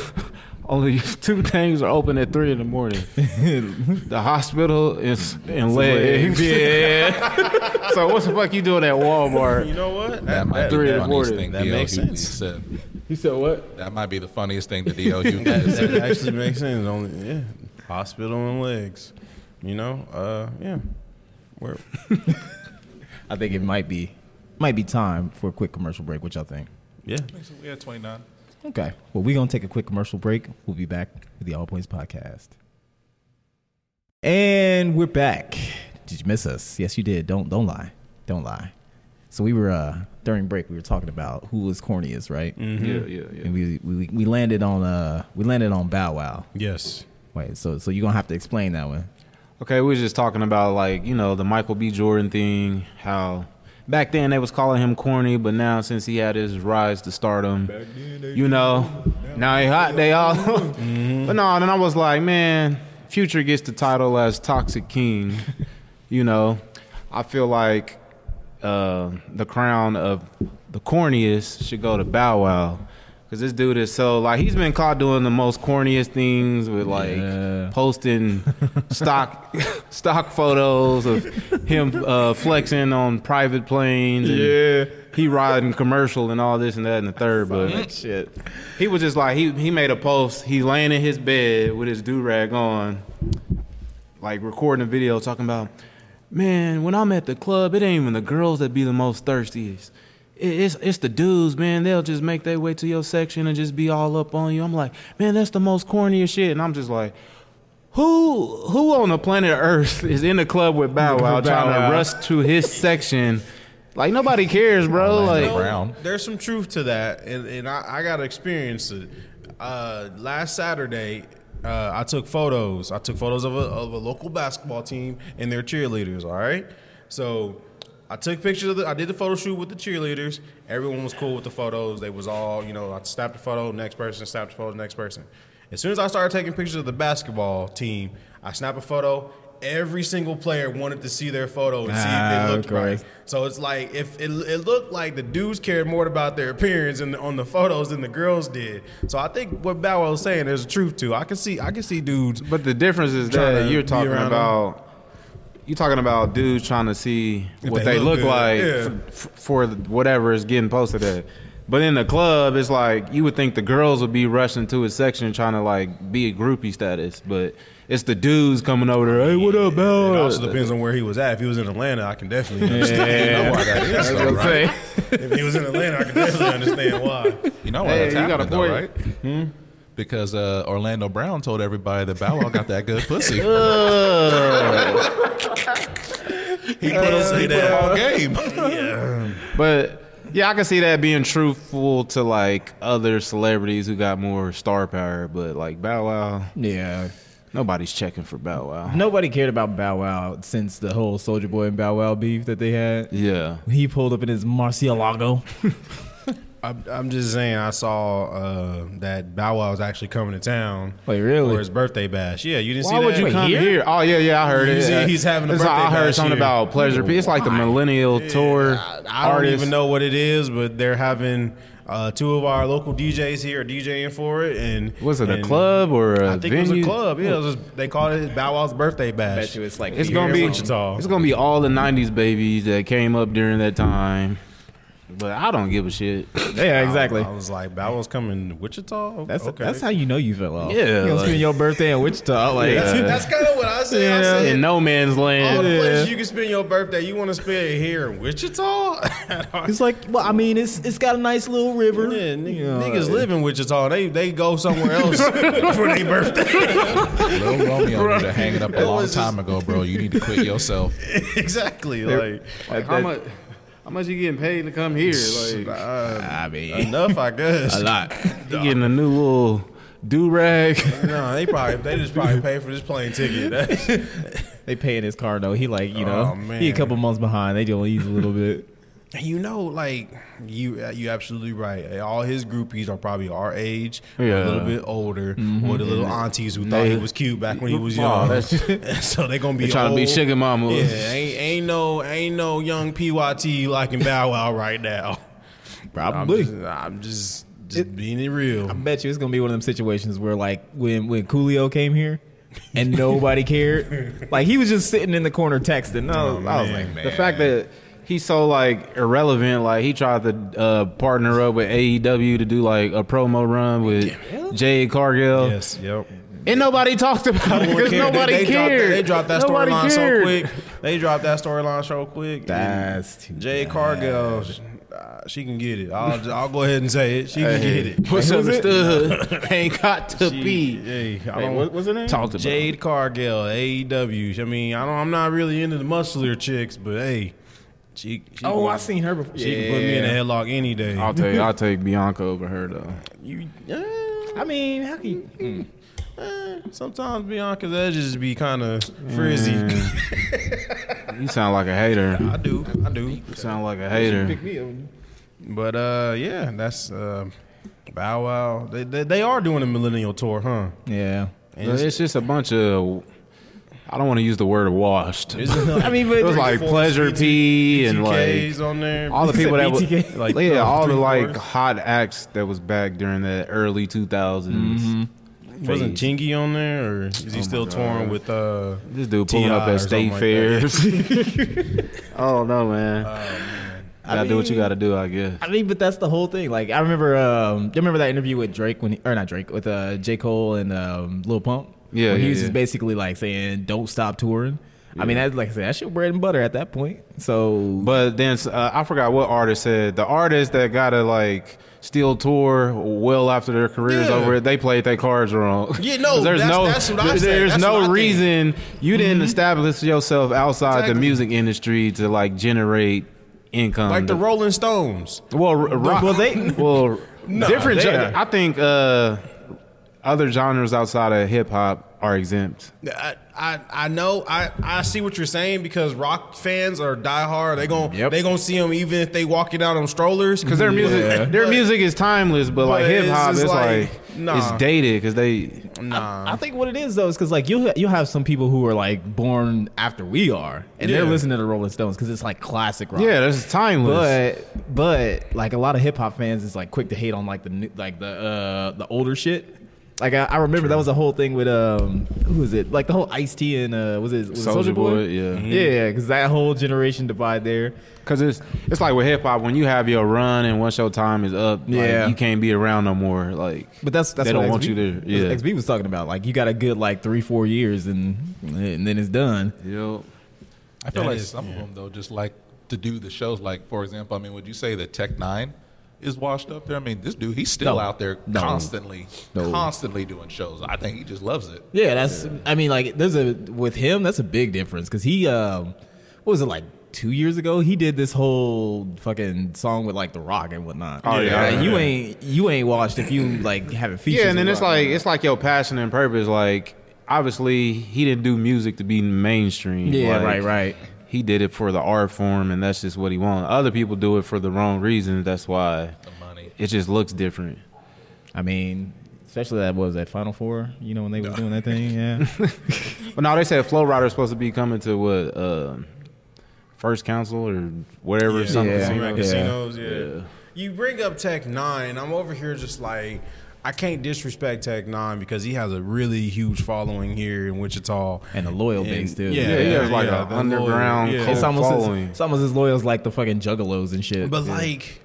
only two things are open at three in the morning: the hospital and, s- and legs. Yeah. so what the fuck you doing at You Walmart? know what? That might be three the and funniest forty. thing That D.O. makes Hughley sense. said. He said what? That might be the funniest thing that D.O. Hughley has that actually makes sense. Only yeah, hospital and legs. You know, uh, yeah. Where I think it might be might be time for a quick commercial break. What y'all think? yeah, We had 29. Okay. Well, we're going to take a quick commercial break. We'll be back with the All Points Podcast. And we're back. Did you miss us? Yes, you did. Don't don't lie. Don't lie. So we were uh, during break. We were talking about who was corniest, right? Mm-hmm. Yeah, yeah, yeah. And we, we we landed on uh we landed on Bow Wow. Yes. Wait, so so you're gonna have to explain that one. Okay, we was just talking about like you know the Michael B. Jordan thing. How back then they was calling him corny, but now since he had his rise to stardom, you know, now he hot. They all, but no. Then I was like, man, Future gets the title as Toxic King. you know, I feel like uh, the crown of the corniest should go to Bow Wow. Cause this dude is so like he's been caught doing the most corniest things with like Yeah. posting stock stock photos of him uh, flexing on private planes. And yeah, he riding commercial and all this and that and the third. But shit, he was just like he he made a post. He laying in his bed with his do rag on, like recording a video talking about, man, when I'm at the club, it ain't even the girls that be the most thirstiest. It- It's it's the dudes, man. They'll just make their way to your section and just be all up on you. I'm like, man, that's the most corniest shit. And I'm just like, who who on the planet Earth is in the club with Bow Wow With Bow trying Wow. to rush to his section? Like nobody cares, Oh, bro. Orlando Like Brown. There's some truth to that, and, and I, I got to experience it. Uh, last Saturday, uh, I took photos. I took photos of a, of a local basketball team and their cheerleaders. All right, so I took pictures of the. I did the photo shoot with the cheerleaders. Everyone was cool with the photos. They was all you know. I snapped the photo. Next person snapped the photo. Next person. As soon as I started taking pictures of the basketball team, I snapped a photo. Every single player wanted to see their photo and see if Ah, it of looked right. course. So it's like if it, it looked like the dudes cared more about their appearance in the, on the photos than the girls did. So I think what Bow Wow was saying, there's a truth to. I can see I can see dudes. But the difference is Tryna that you're be talking around 'em. about you're talking about dudes trying to see If what they they, look, look good, like yeah. f- for whatever is getting posted at. But in the club, it's like you would think the girls would be rushing to a section trying to like be a groupie status, but it's the dudes coming over there. Hey, what up, It bro? also depends on where he was at. If he was in Atlanta, I can definitely understand why that is. That's what I'm saying. If he was in Atlanta, I can definitely understand why. You know why Hey, that's you got a happening, though, point. right? Because uh, Orlando Brown told everybody that Bow Wow got that good pussy. he put us he put all game. But yeah, I can see that being truthful to like other celebrities who got more star power, but like Bow Wow, Yeah. nobody's checking for Bow Wow. Nobody cared about Bow Wow since the whole Soldier Boy and Bow Wow beef that they had. Yeah. He pulled up in his Marcialago. I'm, I'm just saying, I saw uh, that Bow Wow was actually coming to town. Wait, really? For his birthday bash. Yeah, you didn't Why see would that? you come here? Oh yeah, yeah, I heard You it. see Yeah. he's having a It's like, I birthday heard bash something here. about pleasure. It's like the millennial tour. I, uh, I don't artist. even know what it is, but they're having uh, two of our local DJs here are DJing for it, and Was it a and club or a I think it venue? was a club. Yeah, it was just, they called it Bow Wow's birthday bash. Bet you it's like It's here gonna in be Wichita. It's gonna be all the '90s babies that came up during that time. But I don't give a shit. Yeah, exactly. I, was like, Bow Wow's coming to Wichita. That's okay. that's how you know you fell off. Yeah, you gonna like- spend your birthday in Wichita. Like, Yeah. that's kind of what I said. I Yeah, said, in no man's all land. the places Yeah. you can spend your birthday, you want to spend it here in Wichita? it's like, well, I mean, it's it's got a nice little river. Yeah, nigga, You know, niggas live in Wichita. They they go somewhere else for their birthday. Little Romeo been hanging up a It long was time ago, bro. You need to quit yourself. exactly. Like Like, how much? How much you getting paid to come here? Like I mean, enough, I guess. a lot. you getting a new little do rag. No, they probably they just probably pay for this plane ticket. They paying his car though. He like, you know, Oh, man. he a couple months behind. They just ease a little bit. you know, like you uh, you absolutely right. All his groupies are probably our age, or a Yeah. Mm-hmm. little bit older, or the little aunties who thought They- he was cute back when he was Oh, young. that's- so they gonna be They trying to be old. sugar mama. Yeah, ain't ain't no ain't no young PYT liking Bow Wow right now. I'm Probably. just, I'm just, just being it real. I bet you it's gonna be one of them situations where like when when Coolio came here and nobody cared. Like he was just sitting in the corner texting. No, Oh, I was like, man. The fact that he's so like irrelevant, like he tried to uh, partner up with AEW to do like a promo run with Jade Cargill, yes, yep. and nobody talked about it because They- nobody they, dropped that- cared. They dropped that Nobody storyline so cared. quick. They dropped that storyline so quick. That's too Jay bad. Cargill. uh, she can get it. I'll ju- I'll go ahead and say it. She can get it. What's understood ain't got to She- be. hey, I Hey, don't- what- what's her name? Talked about Jade Cargill, AEW. I mean, I don't. I'm not really into the muscular chicks, but hey, she. she Oh, can- I seen her before. She can put me in a headlock any day. I'll take I'll take Bianca over her though. You, uh, I mean, how can you? eh, sometimes Bianca's edges be kind of Mm. frizzy. You sound like a hater. I do, I do. You sound like a hater. me up. But uh, yeah, that's uh, Bow Wow. They, they they are doing a millennial tour, huh? Yeah. And It's, just a bunch of. I don't want to use the word washed. it's like- I mean, but It was like pleasure pee and like BTKs on there. all the You said people that BTK? were like yeah, uh, all the like three-fourths? hot acts that was back during the early 2000s. Mm-hmm. wasn't phase. Chingy on there, or is he still touring with uh? This dude pulling up TI or at state something like fairs. oh no, man! gotta do what you mean- gotta do, I guess. I mean, but that's the whole thing. Like, I remember, um, you remember that interview with Drake when, he, or not Drake, with uh, J. Cole and um, Lil Pump. Yeah, Where he yeah, was yeah. just basically like saying, "Don't stop touring." I mean, that's like I said, that's your bread and butter at that point. So, But then uh, I forgot what artist said. The artist that gotta like still tour well after their career's Yeah. over, they played their cards wrong. Yeah, no, there's that's- no, that's what I said. there's That's no what I think. Mm-hmm. reason you didn't establish yourself outside the Exactly. music industry to like generate income. Like the To- Rolling Stones. Well, r- rock. well, they- well Nah, different. they gen- are. I think uh, other genres outside of hip hop are exempt. I, I I know I, I see what you're saying because rock fans are diehard. They gon' Yep. they gonna see them even if they walking out on strollers Cause their music, their But- music is timeless, but, like but it's hip hop just is like, like, nah. it's dated. Cause they, Nah, I think what it is though is because like you you have some people who are like born after we are, and they're Yeah. listening to Rolling Stones because it's like classic rock. yeah, that's timeless. But but like a lot of hip hop fans is like quick to hate on like the new- like the uh the older shit. Like I, I remember that was a whole thing with um who was it like the whole Ice T and uh was it was it Soulja Soulja Boy, Boy, yeah. yeah Mm-hmm. because that whole generation divide there Cause it's it's like with hip hop when you have your run and once your time is up, like, Yeah. you can't be around no more. Like, but that's that's They what don't want XB you there, yeah. XB was talking about like you got a good like three four years and and then it's done yo, I feel That like is- some of them though just like to do the shows. Like for example, I mean, would you say that Tech Nine is washed up there? I mean, this dude he's still No. out there No. constantly, No. constantly doing shows. I think he just loves it. Yeah, that's. I mean, like, there's a with him. That's a big difference because he, um, what was it like two years ago? He did this whole fucking song with like The Rock and whatnot. Oh, yeah, Like, yeah, you yeah. ain't you ain't watched if you like haven't featured. yeah, and then with it's Rock. like it's like your passion and purpose. Like, obviously, he didn't do music to be mainstream. yeah, Like, right, right. He did it for the art form, and that's just what he wanted. Other people do it for the wrong reasons. That's why The money. it just looks different. I mean, especially that what was that Final Four. You know when they was doing that thing. Yeah, But no, they said Flow Rider's supposed to be coming to what uh, First Council or whatever. yeah, Something. yeah. Casinos, casinos, yeah. Yeah. You bring up Tech Nine. I'm over here just like I can't disrespect Tech Nine because he has a really huge following here in Wichita and a loyal base too. yeah, Yeah, he has yeah, like yeah, an the underground loyal- yeah. cult It's almost following. as, it's almost as loyal as like the fucking juggalos and shit. But Yeah. like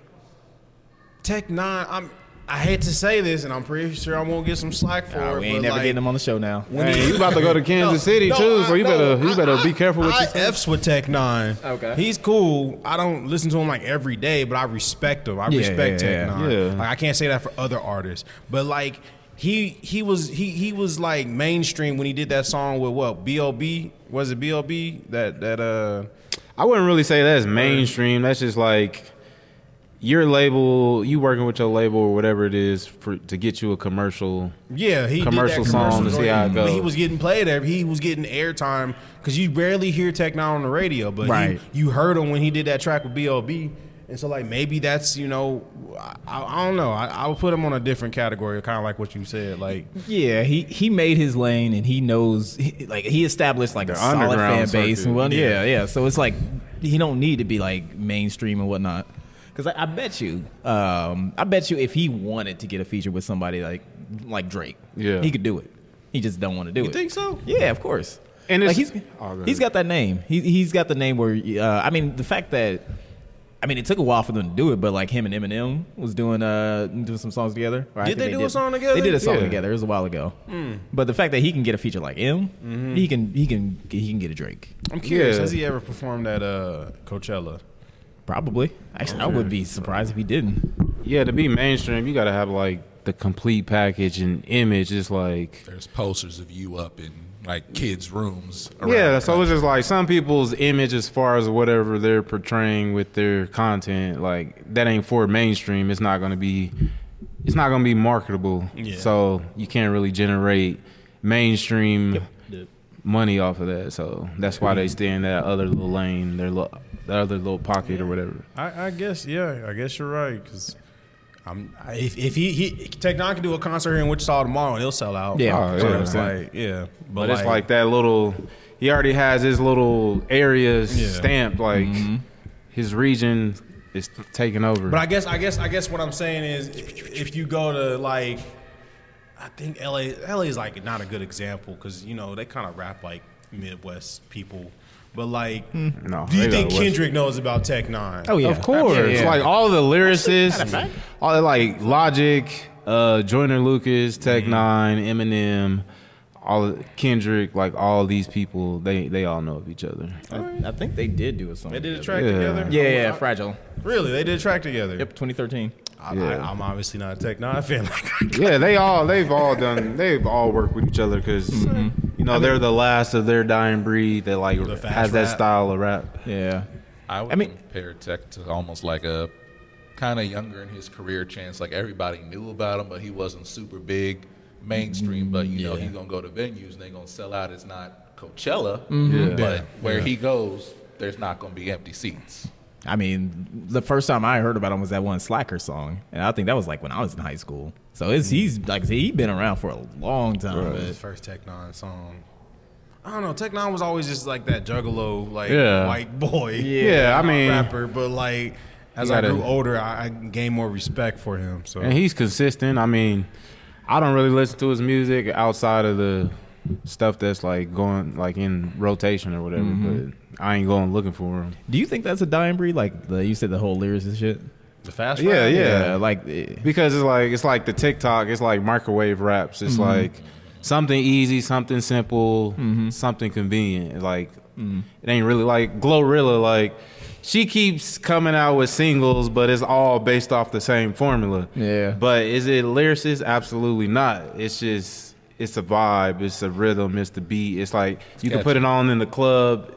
Tech Nine, I'm I hate to say this, and I'm pretty sure I won't get some slack for Nah, it. we ain't but, never like, getting them on the show now. Hey, you about to go to Kansas No, City no, too, I- so you no, better you I- better I- be careful with I your f's with Tech Nine. Okay. he's cool. I don't listen to him like every day, but I respect him. I Yeah, respect yeah, Tech yeah. Nine. Yeah. Like I can't say that for other artists, but like he he was he he was like mainstream when he did that song with what B.O.B. was it B.O.B. that that uh I wouldn't really say that's mainstream. That's just like your label, you working with your label or whatever it is for to get you a commercial. Yeah, he Commercial did that commercial song to see how it joint, but He goes. was getting played every. He was getting airtime because you barely hear Tech Nine on the radio, but he- Right. you heard him when he did that track with B.O.B. And so, like, maybe that's you know, I, I don't know. I, I would put him on a different category, kind of like what you said. Like, Yeah, he he made his lane and he knows he, like he established like a solid underground fan base and circuit. one yeah. yeah so it's like he don't need to be like mainstream and whatnot because I, I bet you um I bet you if he wanted to get a feature with somebody like like Drake Yeah. he could do it he just don't want to do you it think so? yeah of course And and it's- like he's Oh, go he's got ahead. that name he he's got the name where uh, I mean the fact that. I mean, it took a while for them to do it, but like him and Eminem was doing uh doing some songs together. Or I Did think they do a song together? Hmm. They did a song Yeah. together. It was a while ago. But the fact that he can get a feature like him, Mm-hmm. he can he can he can get a Drake. I'm curious. Yeah. Has he ever performed at uh, Coachella? Probably. Actually, I would be surprised if he didn't. Yeah, to be mainstream, you gotta have like the complete package and image. It's like There's posters of you up in like kids' rooms. Around yeah, the so it's just like some people's image as far as whatever they're portraying with their content, like that ain't for mainstream. It's not gonna be it's not gonna be marketable. So you can't really generate mainstream money off of that. So that's why they stay in that other little lane, their little the other little pocket or whatever. I, I guess yeah. I guess you're right because I'm I, if if he, he Tech Nine can do a concert here in Wichita tomorrow and he'll sell out. Yeah. Oh, yeah, so it's 100%. like yeah, but, But it's like that little. He already has his little areas Yeah. Mm-hmm. stamped. Like his region is taken over. But I guess I guess I guess what I'm saying is if you go to like I think LA LA is like not a good example because you know they kind of rap like Midwest people. But like, No, do you they think got West- Kendrick knows about Tech Nine? Oh yeah, of course, Yeah, yeah. like all the lyricists, all the like Logic, uh, Joyner Lucas, Tech Nine, Eminem, all Kendrick, like all these people, they they all know of each other. I, I think they did do a song. they did a together. track Yeah. together. Yeah, yeah, Oh, yeah, I- fragile. really, they did a track together. Yep, 2013. I, Yeah. I, I'm obviously not a Tech Nine fan. Like, Yeah, they all they've all done they've all worked with each other because you know they're the last of their dying breed that like Mm-hmm. The fast has that rap. style of rap. Yeah, I would I mean- compare Tech to almost like a kind of younger in his career chance. Like everybody knew about him, but he wasn't super big mainstream. But you know, he's gonna go to venues and they're gonna sell out. It's not Coachella, Yeah. but where he goes, there's not gonna be empty seats. I mean, the first time I heard about him was that one Slacker song, and I think that was like when I was in high school. So Hmm. it's he's like he's been around for a long time. His But first Tech Nine song. I don't know. Tech Nine was always just like that juggalo, like Yeah. white boy. Yeah, I mean- rapper. But like, as You I gotta- grew older, I, I gained more respect for him. So And he's consistent. I mean, I don't really listen to his music outside of the stuff that's like going like in rotation or whatever. But I ain't going looking for him. do you think that's a dying breed? Like the, you said, the whole lyrics and shit. the fast, Yeah, rap? yeah. like eh, it, because it's like it's like the TikTok. It's like microwave raps. It's like something easy, something simple, something convenient. Like it ain't really like Glorilla. Like she keeps coming out with singles, but it's all based off the same formula. Yeah. But is it lyricist? Absolutely not. It's just it's a vibe. It's a rhythm. It's the beat. It's like you can Gotcha. put it on in the club.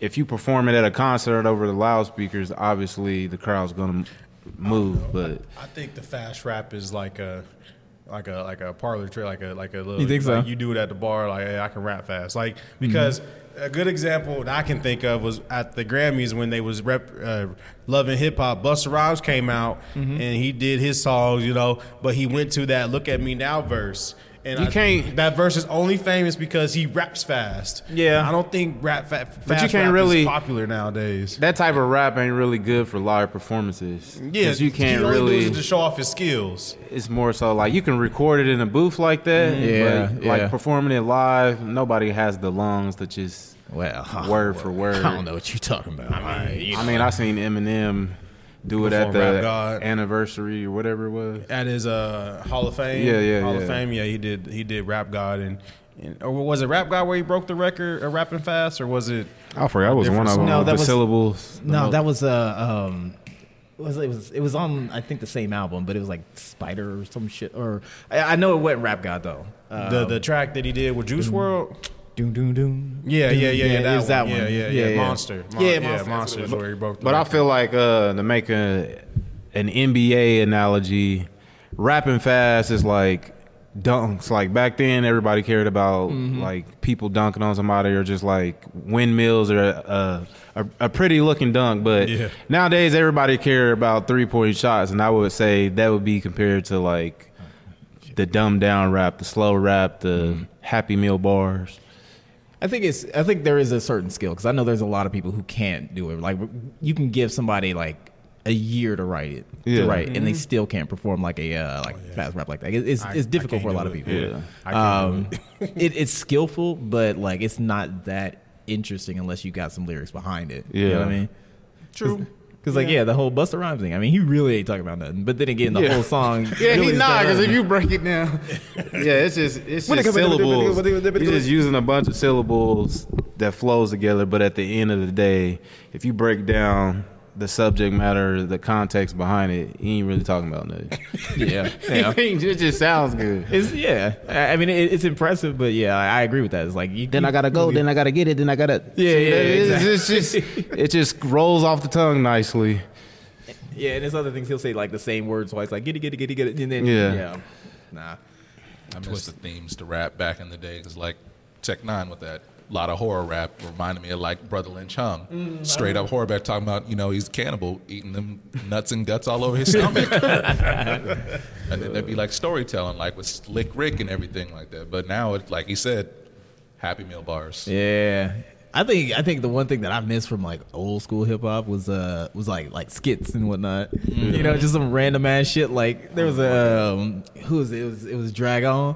If you perform it at a concert over the loudspeakers, obviously the crowd's gonna move. But I think the fast rap is like a. Like a like a parlor trick, like a like a little. You think so? like You do it at the bar, like hey, I can rap fast, like Mm-hmm. because a good example that I can think of was at the Grammys when they was rep uh, loving hip hop. Busta Rhymes came out Mm-hmm. and he did his songs, you know, but he went to that "Look at Me Now" verse. And You I- can't- That verse is only famous because he raps fast. Yeah. I don't think rap fa- fast you can't rap really- is popular nowadays. that type of rap ain't really good for live performances. Yeah, 'Cause you can't he only does really. it to show off his skills. it's more so like you can record it in a booth like that. Yeah, but, like yeah. performing it live, nobody has the lungs to just well, word for I word. don't know what you're talking about. I mean, I seen Eminem do it at Perform Rap the God. anniversary or whatever it was. at his uh, Hall of Fame. Yeah, yeah, Hall yeah. of Fame. Yeah, he did. He did Rap God and, and or was it Rap God where he broke the record of rapping fast, or was it? I forgot. That was one of them. No, with that the was- syllables. no, that was uh um. Was it was it was on I think the same album, but it was like Spider or some shit. Or I, I know it wasn't Rap God though. Uh, the the track that he did with Juice World. doom doom doom. Yeah, yeah, yeah, yeah. it That, was that one. one. Yeah, yeah, yeah. Monster. Mon- Yeah, yeah, Monster, that's Monster. what it is was. where he broke. The But I record. feel like uh, to make a an NBA analogy, rapping fast is like dunks. Like back then, everybody cared about like people dunking on somebody or just like windmills or uh, a a pretty looking dunk. But Yeah. nowadays, everybody care about three point shots, and I would say that would be compared to like the dumbed down rap, the slow rap, the Happy Meal bars. I think it's. I think there is a certain skill because I know there's a lot of people who can't do it. Like you can give somebody like a year to write it, Yeah. Oh, to write, and they still can't perform like a uh, like fast rap like that. It- It's it's difficult can't for a do lot of it. people. Yeah. I can't um, it, it's skillful, but like it's not that interesting unless you got some lyrics behind it. You know what I Yeah. mean? True. Because like yeah, the whole Busta Rhymes thing. I mean, he really ain't talking about nothing. But then again, the Yeah. whole song. Yeah, really he is nah, that- uh, because if you break it down, yeah, it's just it's When it just comes to- syllables. He's just using a bunch of syllables that flows together. But at the end of the day, if you break down the subject matter, the context behind it, he ain't really talking about nothing. yeah, yeah. it just sounds good. It's, yeah, I I mean it, it's impressive, but yeah, I, I agree with that. It's like you, Then I gotta go. Then I gotta get it. Then I gotta. Yeah, yeah, It's, exactly. it's just it just rolls off the tongue nicely. yeah, and there's other things he'll say like the same word twice, like get it, get it, get it, get it, and then Yeah. yeah, nah, I miss the themes to rap back in the day because like Tech Nine with that. A lot of horror rap reminded me of like Brother Lynch Hung. Straight up horror back talking about, you know, he's a cannibal eating them nuts and guts all over his stomach. and then there'd be like storytelling, like with Slick Rick and everything like that. But now it's like he said, Happy Meal bars. yeah. I think I think the one thing that I missed from like old school hip hop was uh was like like skits and whatnot. You know, just some random ass shit. Like there was a um, who was it? it was it was Dragon,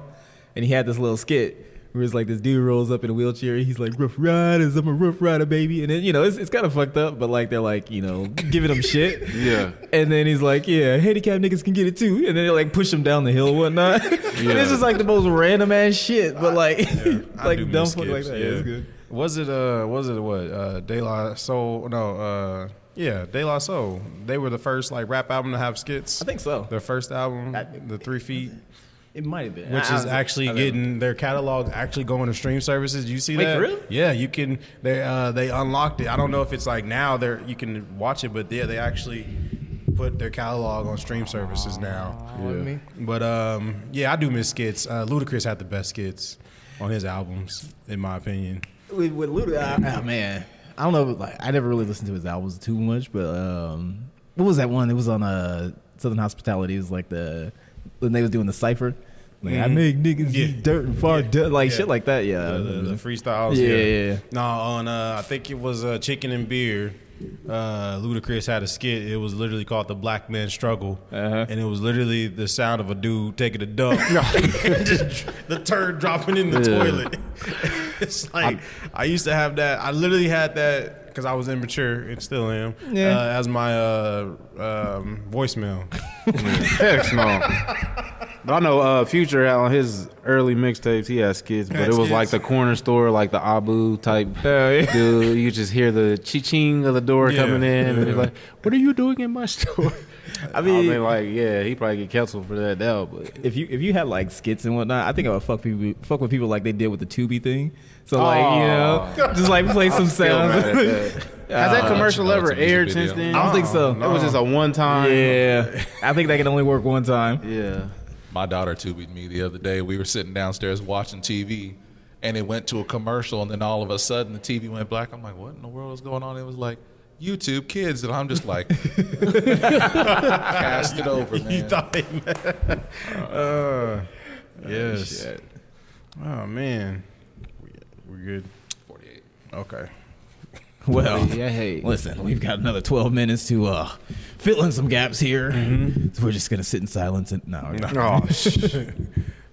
and he had this little skit. Where it's like this dude rolls up in a wheelchair. He's like Rough Riders, I'm a Rough Rider baby, and then you know it's, it's kind of fucked up, but like they're like you know giving him shit. Yeah. And then he's like, yeah, handicapped niggas can get it too. And then they like push him down the hill and whatnot. and it's just like the most random ass shit, but like, I do like dumb miss fuck like Gibbs, that. yeah. Yeah. it's good. Was it uh was it what? Uh De La Soul no, uh yeah, De La Soul. They were the first like rap album to have skits. I think so. Their first album, I think- The Three Feet, It might have been. which I- I is was- actually I don't know. getting their catalog actually going to stream services. You see Wait, that? for real? Yeah, you can. They uh, they unlocked it. I don't know if it's like now they you can watch it, but yeah, they actually put their catalog on stream services now. me. But um, yeah, I do miss skits. Uh, Ludacris had the best skits on his albums, in my opinion. with, with Luda. I, oh man, I don't know. Like I never really listened to his albums too much, but um, what was that one? It was on uh, Southern Hospitality. It was like the when they was doing the cipher. Like I make niggas Yeah. eat dirt and fart dirt, like Yeah. shit like that. Yeah, the, the, the freestyles. Mm-hmm. Yeah, yeah, yeah. No, on uh, I think it was uh, Chicken and Beer. Uh, Ludacris had a skit. It was literally called the Black Man Struggle, Uh-huh. and it was literally the sound of a dude taking a dump, Just the turd dropping in the toilet. it's like i used to have that. I literally had that because I was immature and still am. Yeah. Uh, as my uh, um, voicemail. Heck no. But I know uh, Future on his early mixtapes, he has kids, but Had it was skits. like the corner store, like the Abu type dude. You just hear the ching of the door Yeah, coming in, and yeah. you're like, "What are you doing in my store?" I mean, mean- like, yeah, he probably get canceled for that now, but if you if you had like skits and whatnot, I think I would fuck people fuck with people like they did with the Tubi thing. So like you know, just like play some sounds. Has that commercial know it's ever a music aired video. since then? I don't think so. It was just a one time. Yeah, I think that can only work one time. Yeah. My daughter tubied me the other day. We were sitting downstairs watching TV, and it went to a commercial, and then all of a sudden the TV went black. I'm like, what in the world is going on? It was like YouTube Kids, and I'm just like, cast it over, you man. thought they Uh, yes. Oh man, we're good. 48. Okay. Well, Yeah, hey. Listen, we've got another 12 minutes to uh, fill in some gaps here. Mm-hmm. So we're just going to sit in silence and no. okay. Oh,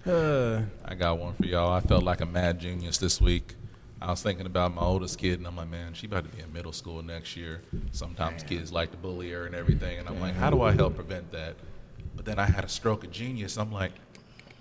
uh, I got one for y'all. I felt like a mad genius this week. I was thinking about my oldest kid, and I'm like, man, she about to be in middle school next year. Sometimes kids like to bully her and everything, and I'm like, how do I help prevent that? But then I had a stroke of genius. I'm like,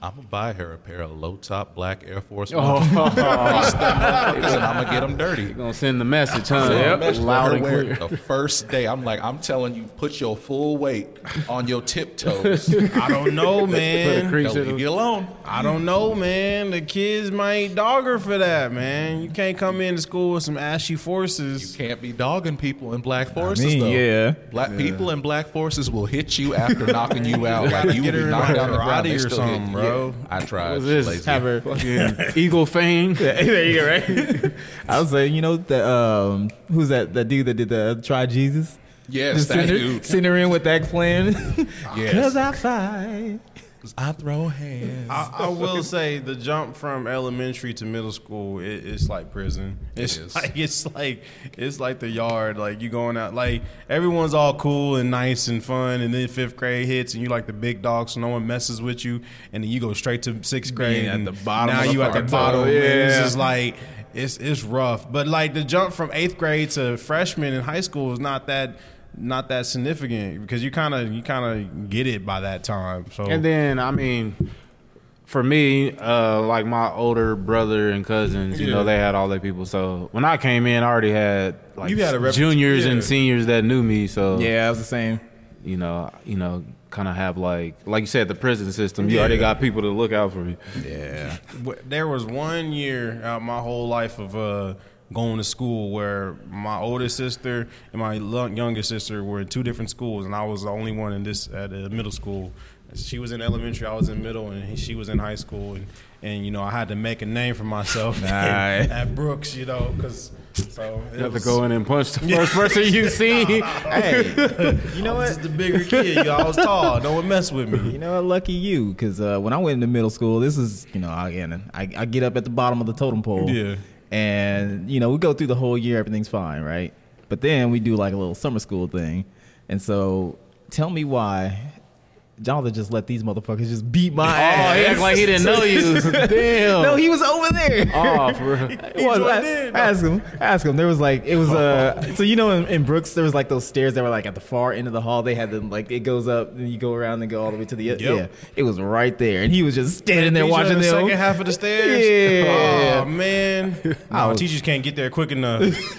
I'm gonna buy her a pair of low top black Air Force Oh. Ones, and I'm gonna get them dirty. gonna send the message, huh? So I messaged her Loud and where clear. The first day, I'm like, I'm telling you, put your full weight on your tiptoes. I don't know, Put a man. crease They'll in leave it. you alone. I don't know, man. The kids might dog her for that, man. You can't come into school with some ashy You forces. can't be dogging people in black forces mean, though. yeah. Black people in black forces will hit you after knocking you out. Like you Get her be in knocked like down the ground, karate they or still hit something, you. bro. I tried. What's She's this? lazy. Have her. Fucking Eagle Fang. there you go, right? I was saying, you know, the, um, who's that, that dude that did the uh, Try Jesus? Yes, Just that send her, dude. send her in with that plan. Yes. Because I fight. I throw hands. I, I will say the jump from elementary to middle school i it's like prison. It's is. like it's like it's like the yard. Like you going out, like everyone's all cool and nice and fun, and then fifth grade hits, and you like the big dog, so no one messes with you, and then you go straight to sixth grade. at and the bottom Now of the you at the fucking bottom. totem. man. It's Yeah. just like it's it's rough. But like the jump from eighth grade to freshman in high school is not that. Not that Oh. significant because you kind of you kind of get it by that time. So And then I mean, for me, uh, like my older brother and cousins, you know, they had all their people. So when I came in, I already had like You had a represent- juniors yeah. and seniors that knew me. So Yeah, I was the same. you know, you know, kind of have like, like you said, the prison system. You Yeah. already got people to look out for you. Yeah. Wh- There was one year out my whole life of uh, going to school where my older sister and my lo- younger sister were in two different schools, and I was the only one in this at uh, middle school. She was in elementary, I was in middle, and he- she was in high school, and, and you know I had to make a name for myself at, at Brooks, you know, because so it You have to was- go in and punch the first person you see. Oh, You know what? Just the bigger kid, you know, I was tall. No one mess with me. You know what? Lucky you, because uh, when I went into middle school, this is you know again, I, I get up at the bottom of the totem pole. Yeah. And you know we go through the whole year, everything's fine, right? But then we do like a little summer school thing, and so tell me why Jonathan just let these motherfuckers just beat my Oh, ass. he act like he didn't know you. Damn. No, he was over there. oh, for real. It was, joined a- in. ask him. Ask him. There was like it was uh so you know in, in Brooks there was like those stairs that were like at the far end of the hall. They had them like it goes up and you go around and go all the way to the yeah. It was right there and he was just standing there Teacher in watching the them. second half of the stairs. Yeah. Oh man. No, teachers can't get there quick enough.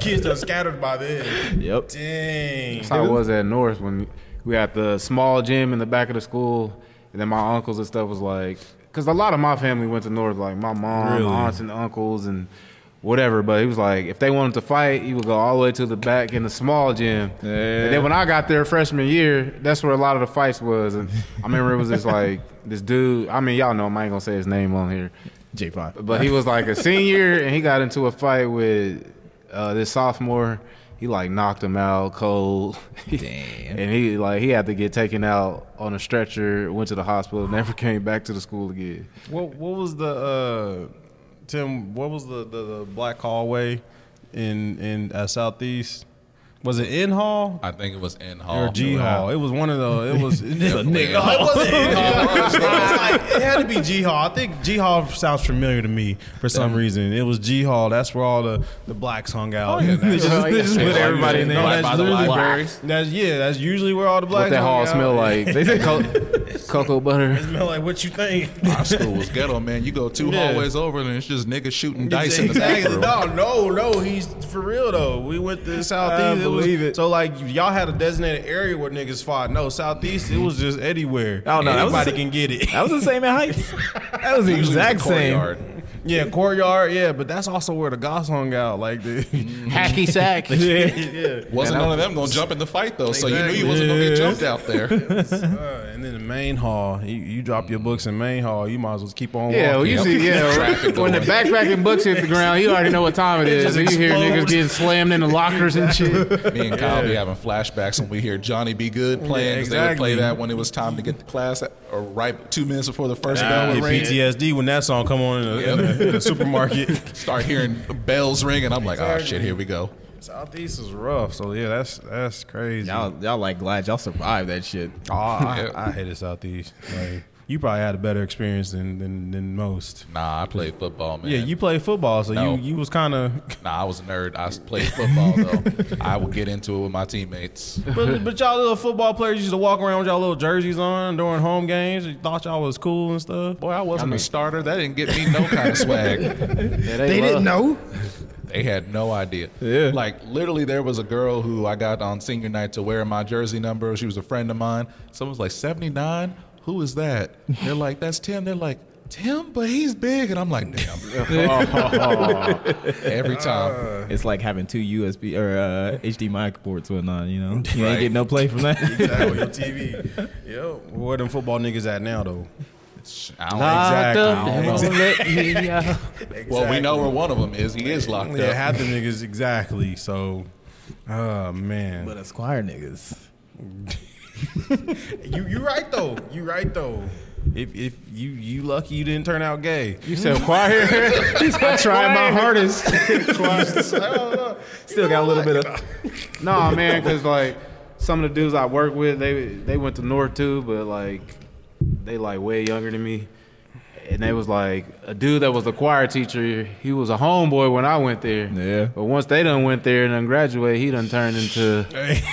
Kids are scattered by then. Yep. Dang. That's how it was at North when we had the small gym in the back of the school, and then my uncles and stuff was like, because a lot of my family went to North, like my mom, Really? aunts and uncles and whatever. But he was like, if they wanted to fight, you would go all the way to the back in the small gym. And then when I got there freshman year, that's where a lot of the fights was. And I remember it was this like this dude. I mean, y'all know him. I ain't gonna say his name on here. J five. But he was like a senior, and he got into a fight with uh, this sophomore. He like knocked him out cold. Damn. and he like he had to get taken out on a stretcher. Went to the hospital. Never came back to the school again. What what was the uh Tim, what was the, the, the black hallway in in uh, southeast? Was it in hall? I think it was in hall Or G Hall. It was one of the. It was Definitely. No, it wasn't in Hall. It was like- it had to be G Hall. I think G Hall sounds familiar to me for some reason. It was G Hall. That's where all the, the blacks hung out. yeah, They just- that's- they just yeah, put yeah, everybody in yeah, there. right That's by the usually- library. That's yeah. That's usually where all the blacks. what that hung hall out. smell like? They said co- cocoa butter. Smell like what you think. Our school was ghetto, man. You go two Yeah. hallways over and it's just niggas shooting dice in the back Exactly. room. No, no, no. He's for real though. We went to southeast. I believe was, it. So like y'all had a designated area where niggas fought. No, southeast. It was just anywhere. Oh, no, that was- Anybody can get it. That was the same at Heights. That was the Usually exact it's the same. courtyard. Yeah, courtyard. Yeah, but that's also where the goss hung out. Like the Hacky sack. Wasn't none of them gonna jump in the fight though, so you knew you wasn't gonna get jumped out there. Uh, and then the main hall. You, you drop your books in main hall. You might as well just keep on. Yeah, well, walking. you see, yeah. Traffic When the going. backpacking books hit the ground, you already know what time it is. just You hear niggas explodes. getting slammed in the lockers and shit. Me and Kyle be having flashbacks when we hear Johnny Be Good playing. 'cause They would exactly. play that when it was time to get to class, at, or right two minutes before the first bell Get would ring. PTSD when that song come on in a, in a- in a supermarket. Start hearing bells ring, and I'm like, oh shit, here we go. Southeast is rough. So yeah, that's that's crazy. Y'all, y'all like glad y'all survived that shit. Oh, I, I hated Southeast. Like, you probably had a better experience than than, than most. Nah, I played football, man. Yeah, you played football, so No. you you was kind of. Nah, I was a nerd. I played football though. I would get into it with my teammates. But, but y'all little football players used to walk around with y'all little jerseys on during home games. You thought y'all was cool and stuff. Boy, I wasn't a starter. That didn't get me no kind of swag. Yeah, They love- didn't know. They had no idea. Yeah. Like literally, there was a girl who I got on senior night to wear my jersey number. She was a friend of mine. Someone was like, "79? Who is that?" They're like, "That's Tim." They're like, "Tim, but he's big," and I'm like, "Damn." Every time. It's like having two USB or uh, HDMI ports and whatnot. You know, you ain't getting no play from that. Exactly, on your TV. Yep. Where them football niggas at now though? I don't Locked Exactly. up, I don't know. won't let me out. Well, we know where one of them is. He is locked Yeah, up. half the niggas exactly. So, oh man, But Esquire niggas. you you right though. You right though. If if you you lucky you didn't turn out gay. You said choir? I tried my hardest. Still got a little bit of. no, man, because like some of the dudes I work with, they they went to North too, but like they like way younger than me, and they was like a dude that was a choir teacher. He was a homeboy when I went there. Yeah. But once they done went there and done graduated, he done turned into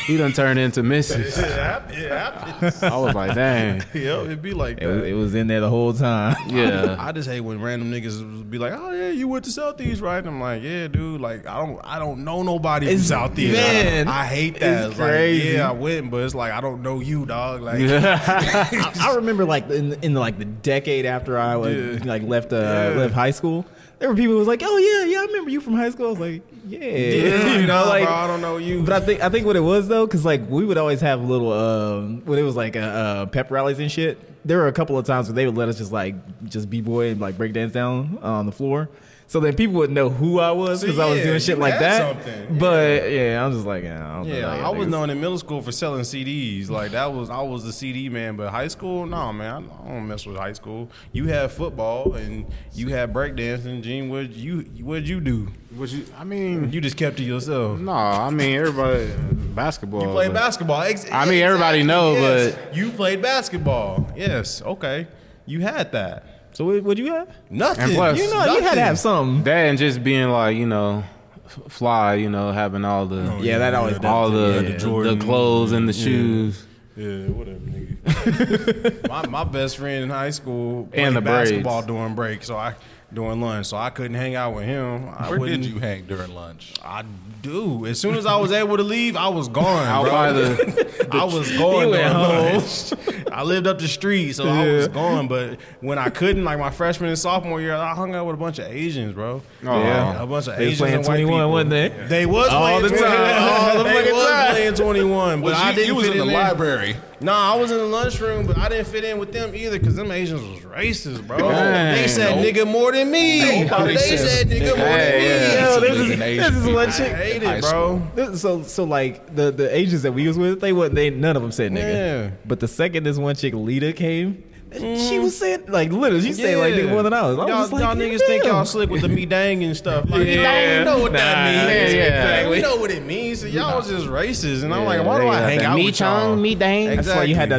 he done turned into Mrs. It hap- it happens. I was like, dang, Yo, it'd be like It was, that. it was in there the whole time. yeah. I just hate when random niggas be like, "Oh yeah, you went to Southeast, right?" And I'm like, "Yeah, dude. Like, I don't, I don't know nobody from It's- Southeast. man, I, I hate that. it's It's like, crazy. yeah, I went, but it's like I don't know you, dog. Like, I, I remember like in, in like the decade after I was, Yeah. like left uh, Yeah. left high school, there were people who was like, "Oh yeah, yeah, I remember you from high school." I was like, "Yeah, yeah, you know, nah, like." bro, I don't know you. But I think I think what it was though, because like we would always have little um, when it was like uh, uh, pep rallies and shit. There were a couple of times where they would let us just like just b boy and like break dance down uh, on the floor. So then people would know who I was See, because I was yeah, doing shit you like had that. something. But yeah, I'm just like, nah, I don't yeah, know, I was niggas. known in middle school for selling CDs. Like that was I was the CD man, but high school, no nah, man, I don't mess with high school. You had football and you had breakdancing. Gene, what you what'd you do? Would you? I mean, You just kept to yourself. no. I mean, everybody basketball. You played but- basketball. Ex- I mean, everybody know, yes. you played basketball. Yes, okay, you had that. So what would you have? Nothing. And plus- You know, you had to have something. That and just being like, you know, f- fly, you know, having all the Oh, Yeah, that always does all it. the, Yeah. the, clothes and the shoes. Yeah, whatever, nigga. my, my best friend in high school played And the braids. basketball during break, so I during lunch, so I couldn't hang out with him. I Where wouldn't- did you hang during lunch? I do. As soon as I was able to leave, I was gone. Out bro. by the- I was gone. went home. I lived up the street, so I was gone. But when I couldn't, like my freshman and sophomore year, I hung out with a bunch of Asians, bro. Yeah. a bunch of They was Asians playing and white 21, people. wasn't they? They was All playing the 21. time. All the they fucking was time. playing twenty one, but Well, I you, didn't you was fit in the there. library. Nah, I was in the lunchroom, but I didn't fit in with them either because them Asians was racist, bro. Dang. They said Nope. nigga more than me. Nobody They says said nigga more Hey, than me. yeah. Yo, this Believe is, in this Asian is people. one I chick. hate High it, bro. This- So so like the the agents that we was with, they wasn't they none of them said nigga. Yeah. Mm. But the second this one chick Lita came, she was saying like literally she said like Yeah. nigga more than I was. I was y'all, just like, y'all "Damn." niggas think y'all slick with the me dang and stuff. Like, Yeah. yeah. y'all know what that Nah, means. yeah, yeah. Like, we know what it means. So y'all was just racist, and I'm like, why they do I got hang that out me with y'all? chong, me dang. Exactly. That's why you had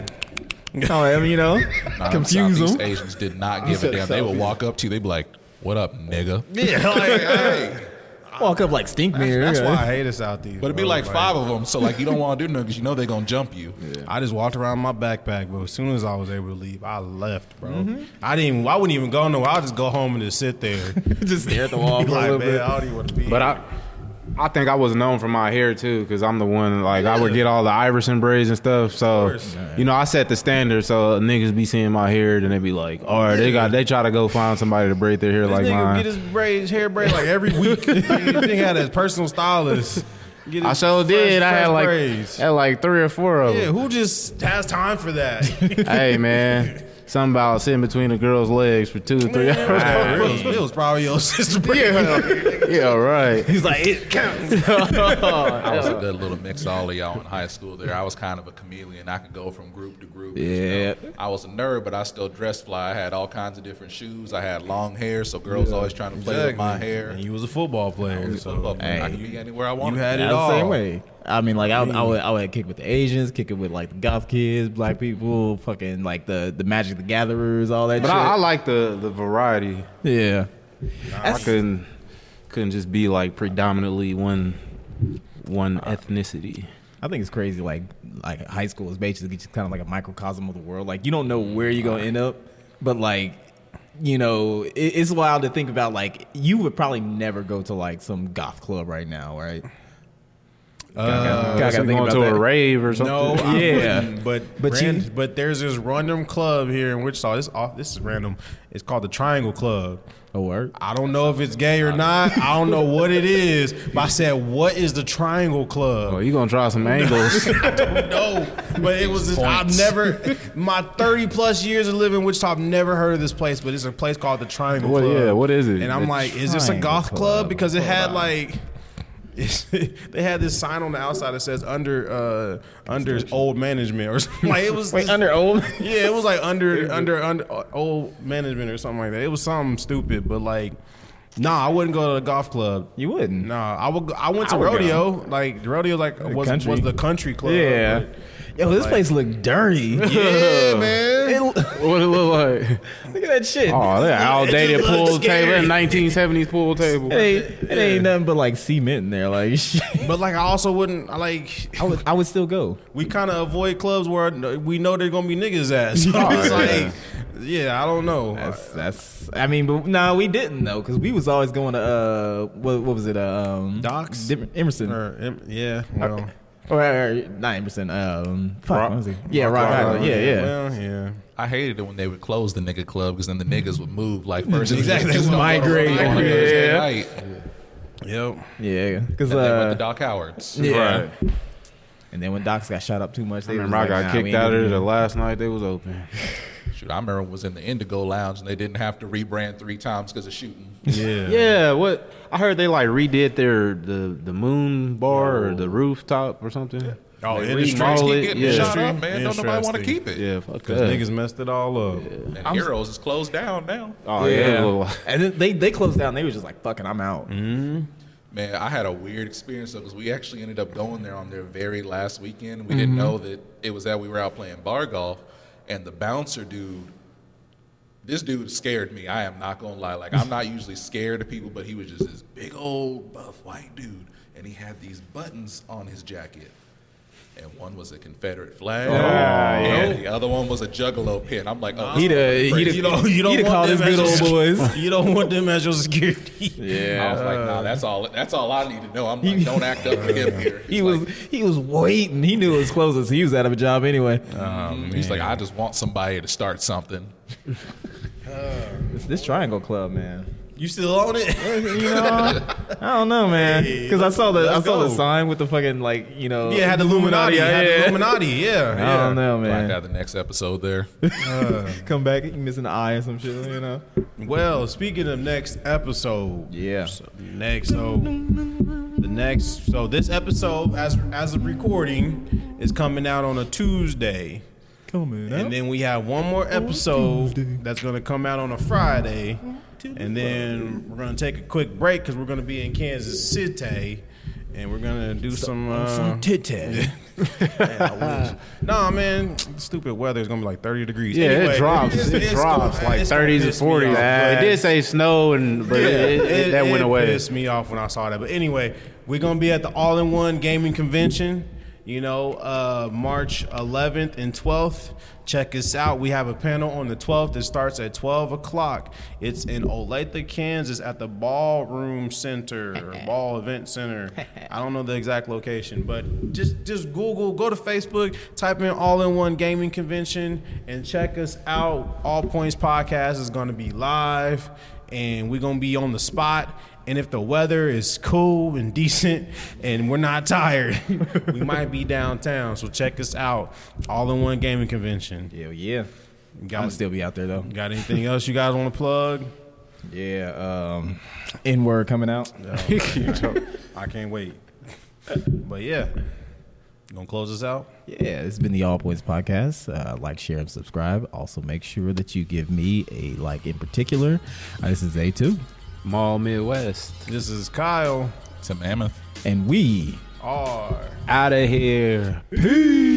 to call him, you know, Nah, confuse Southeast them. Asians did not give a said damn. They would Southeast. walk up to you. They'd be like, "What up, nigga?" Yeah, like, hey, Walk up like stink mirror. that's yeah. why I hate us out there. But it'd be like five of them, so like you don't want to do nothing because you know they're gonna jump you. I just walked around my backpack, but as soon as I was able to leave, I left, bro. Mm-hmm. I didn't. I wouldn't even go nowhere. I'll just go home and just sit there. just stare at the wall for a like, little man, bit. I don't even want to be. But I, I think I was known for my hair too, because I'm the one like I would get all the Iverson braids and stuff. So course. you know, I set the standard. So niggas be seeing my hair, then they be like, all right, they got they try to go find somebody to braid their hair this like nigga mine. get his braids, hair braid like every week. This nigga had his personal stylist. Get I his so fresh- did. I had fresh like braids. had like three or four of Yeah, them. who just has time for that? hey man, something about sitting between a girl's legs for two or three hours. it, was, it was probably your sister. yeah, yeah, right. He's like, it counts. I was a good little mix of all of y'all in high school. There, I was kind of a chameleon. I could go from group to group. you Yeah. know. I was a nerd, but I still dressed fly. I had all kinds of different shoes. I had long hair, so girls always trying to play with my hair. And you was a football player, So, so I could be anywhere I wanted. you had to it be. the all. same way. I mean, like I, would- I would, I would kick with the Asians, kick it with like the goth kids, black people, fucking like the the Magic the Gatherers, all that But shit. I, I like the the variety. yeah, I couldn't couldn't just be like predominantly one one ethnicity. I think it's crazy. Like like high school is basically just kind of like a microcosm of the world. Like you don't know where you're gonna end up, but like you know, it, it's wild to think about. Like you would probably never go to like some goth club right now, right? Uh, Unless we going to a rave or something. No, I Yeah. wouldn't, but But but you- but there's this random club here in Wichita. This off, this is random. It's called the Triangle Club. A word. I don't know if it's gay or not. I don't know what it is. But I said, what is the Triangle Club? Oh, you gonna try some angles? No, but it was. Just, I've Points. never, my thirty plus years of living in Wichita, I've never heard of this place. But it's a place called the Triangle What- Club. yeah, what is it? And I'm The like, is this a Triangle goth Club. club? Because it had like. they had this sign on the outside that says under uh under old management or something like it was this- old. yeah it was like under under under uh, old management or something like that it was something stupid but like nah I wouldn't go to a golf club You wouldn't. nah I would go- I went to I would go. rodeo like rodeo like was country. was the country club Yeah. but- Yo, this place look dirty. yeah, man. It- What it look like? Look at that shit. Oh, that outdated just looks pool scary. table, nineteen seventies pool table. It ain't, it ain't nothing but like cement in there. Like, shit. But like, I also wouldn't. I like. I would, I would still go. We kind of avoid clubs where we know they're gonna be niggas at. So it's like, yeah, I don't know. That's that's. I mean, but no, we didn't though, because we was always going to uh, what, what was it? Uh, um, Docs? Dim- Emerson, or, Or, em- yeah, well, or, not Emerson? Um, fuck, Rock- what was it? yeah, Rock, Island. Uh, Yeah, yeah. well, yeah. I hated it when they would close the nigga club because then the niggas would move like first. Exactly. Just Migrate. Yeah. Yeah. Night. Yep. yeah, because And they went to uh, Doc Howard's. yeah. And then when Docs got shot up too much, they I was remember I like, got nah, we kicked ain't out of doing there it. the last night they was open. Shoot, I remember was in the Indigo Lounge and they didn't have to rebrand three times because of shooting. Yeah. Yeah, what I heard they like redid their the the moon bar or the rooftop or something. Oh, Like, industry. streets Molly, keep getting yeah. shot up, man. Don't Industry. nobody want to Interesting. keep it. Yeah, fuck Cause that. niggas messed it all up. And Heroes is closed down now. oh yeah, yeah. And then they they closed down. They was just like, "Fucking, I'm out." Man, I had a weird experience because we actually ended up going there on their very last weekend. We Mm-hmm. didn't know that it was that we were out playing bar golf, and the bouncer dude. This dude scared me. I am not gonna lie. Like I'm not usually scared of people, but he was just this big old buff white dude, and he had these buttons on his jacket, and one was a Confederate flag, Oh, and the other one was a Juggalo pin. I'm like, oh, He this the- he crazy. the- You don't, you don't He'd have want called them his as good your- old boys. You don't want them as your security. I was like, nah, that's all. That's all I need to know. I'm like, don't act up to him here. He He's was like, he was waiting. He knew it was closing, so he was out of a job anyway. He's like, I just want somebody to start something. It's this Triangle Club, man. You still own it? I don't know, man. Because I saw the I let's saw the go. sign with the fucking like you know. yeah, had the Illuminati. Yeah, had yeah. the Illuminati. Yeah. I yeah. Uh, don't know, Black man. out the next episode there. Come back, you missing an eye or some shit, you know. Well, speaking of next episode, Yeah. so next so the next so this episode as as of recording is coming out on a Tuesday, Coming and then we have one more episode that's gonna come out on a Friday, and then we're gonna take a quick break because we're gonna be in Kansas City, and we're gonna do some uh, Nah, man, stupid weather is gonna be like thirty degrees. Yeah, Anyway, it drops. it's- It it's drops gonna- like it's gonna thirties and piss me off, forties. but- It did say snow, and but it, it, that went away. pissed me off when I saw that. But anyway, we're gonna be at the All in One Gaming Convention. You know, uh, March 11th and 12th. Check us out. We have a panel on the 12th. It starts at 12 o'clock. It's in Olathe, Kansas, at the Ballroom Center or Ball Event Center. I don't know the exact location, but just just Google, go to Facebook, type in All in One Gaming Convention, and check us out. All Points Podcast is going to be live and we're gonna be on the spot. And if the weather is cool and decent and we're not tired, we might be downtown. So check us out. All in one gaming convention. Yeah, yeah. I'm Got, gonna still be out there though. got anything else you guys wanna plug? Yeah. Um, N word coming out. I can't wait. But yeah. You gonna close us out? Yeah, it's been the All Points Podcast. Uh, like, share, and subscribe. Also, make sure that you give me a like in particular. Uh, this is A2, Mall Midwest, This is Kyle. It's a mammoth. and we R. out of here. peace.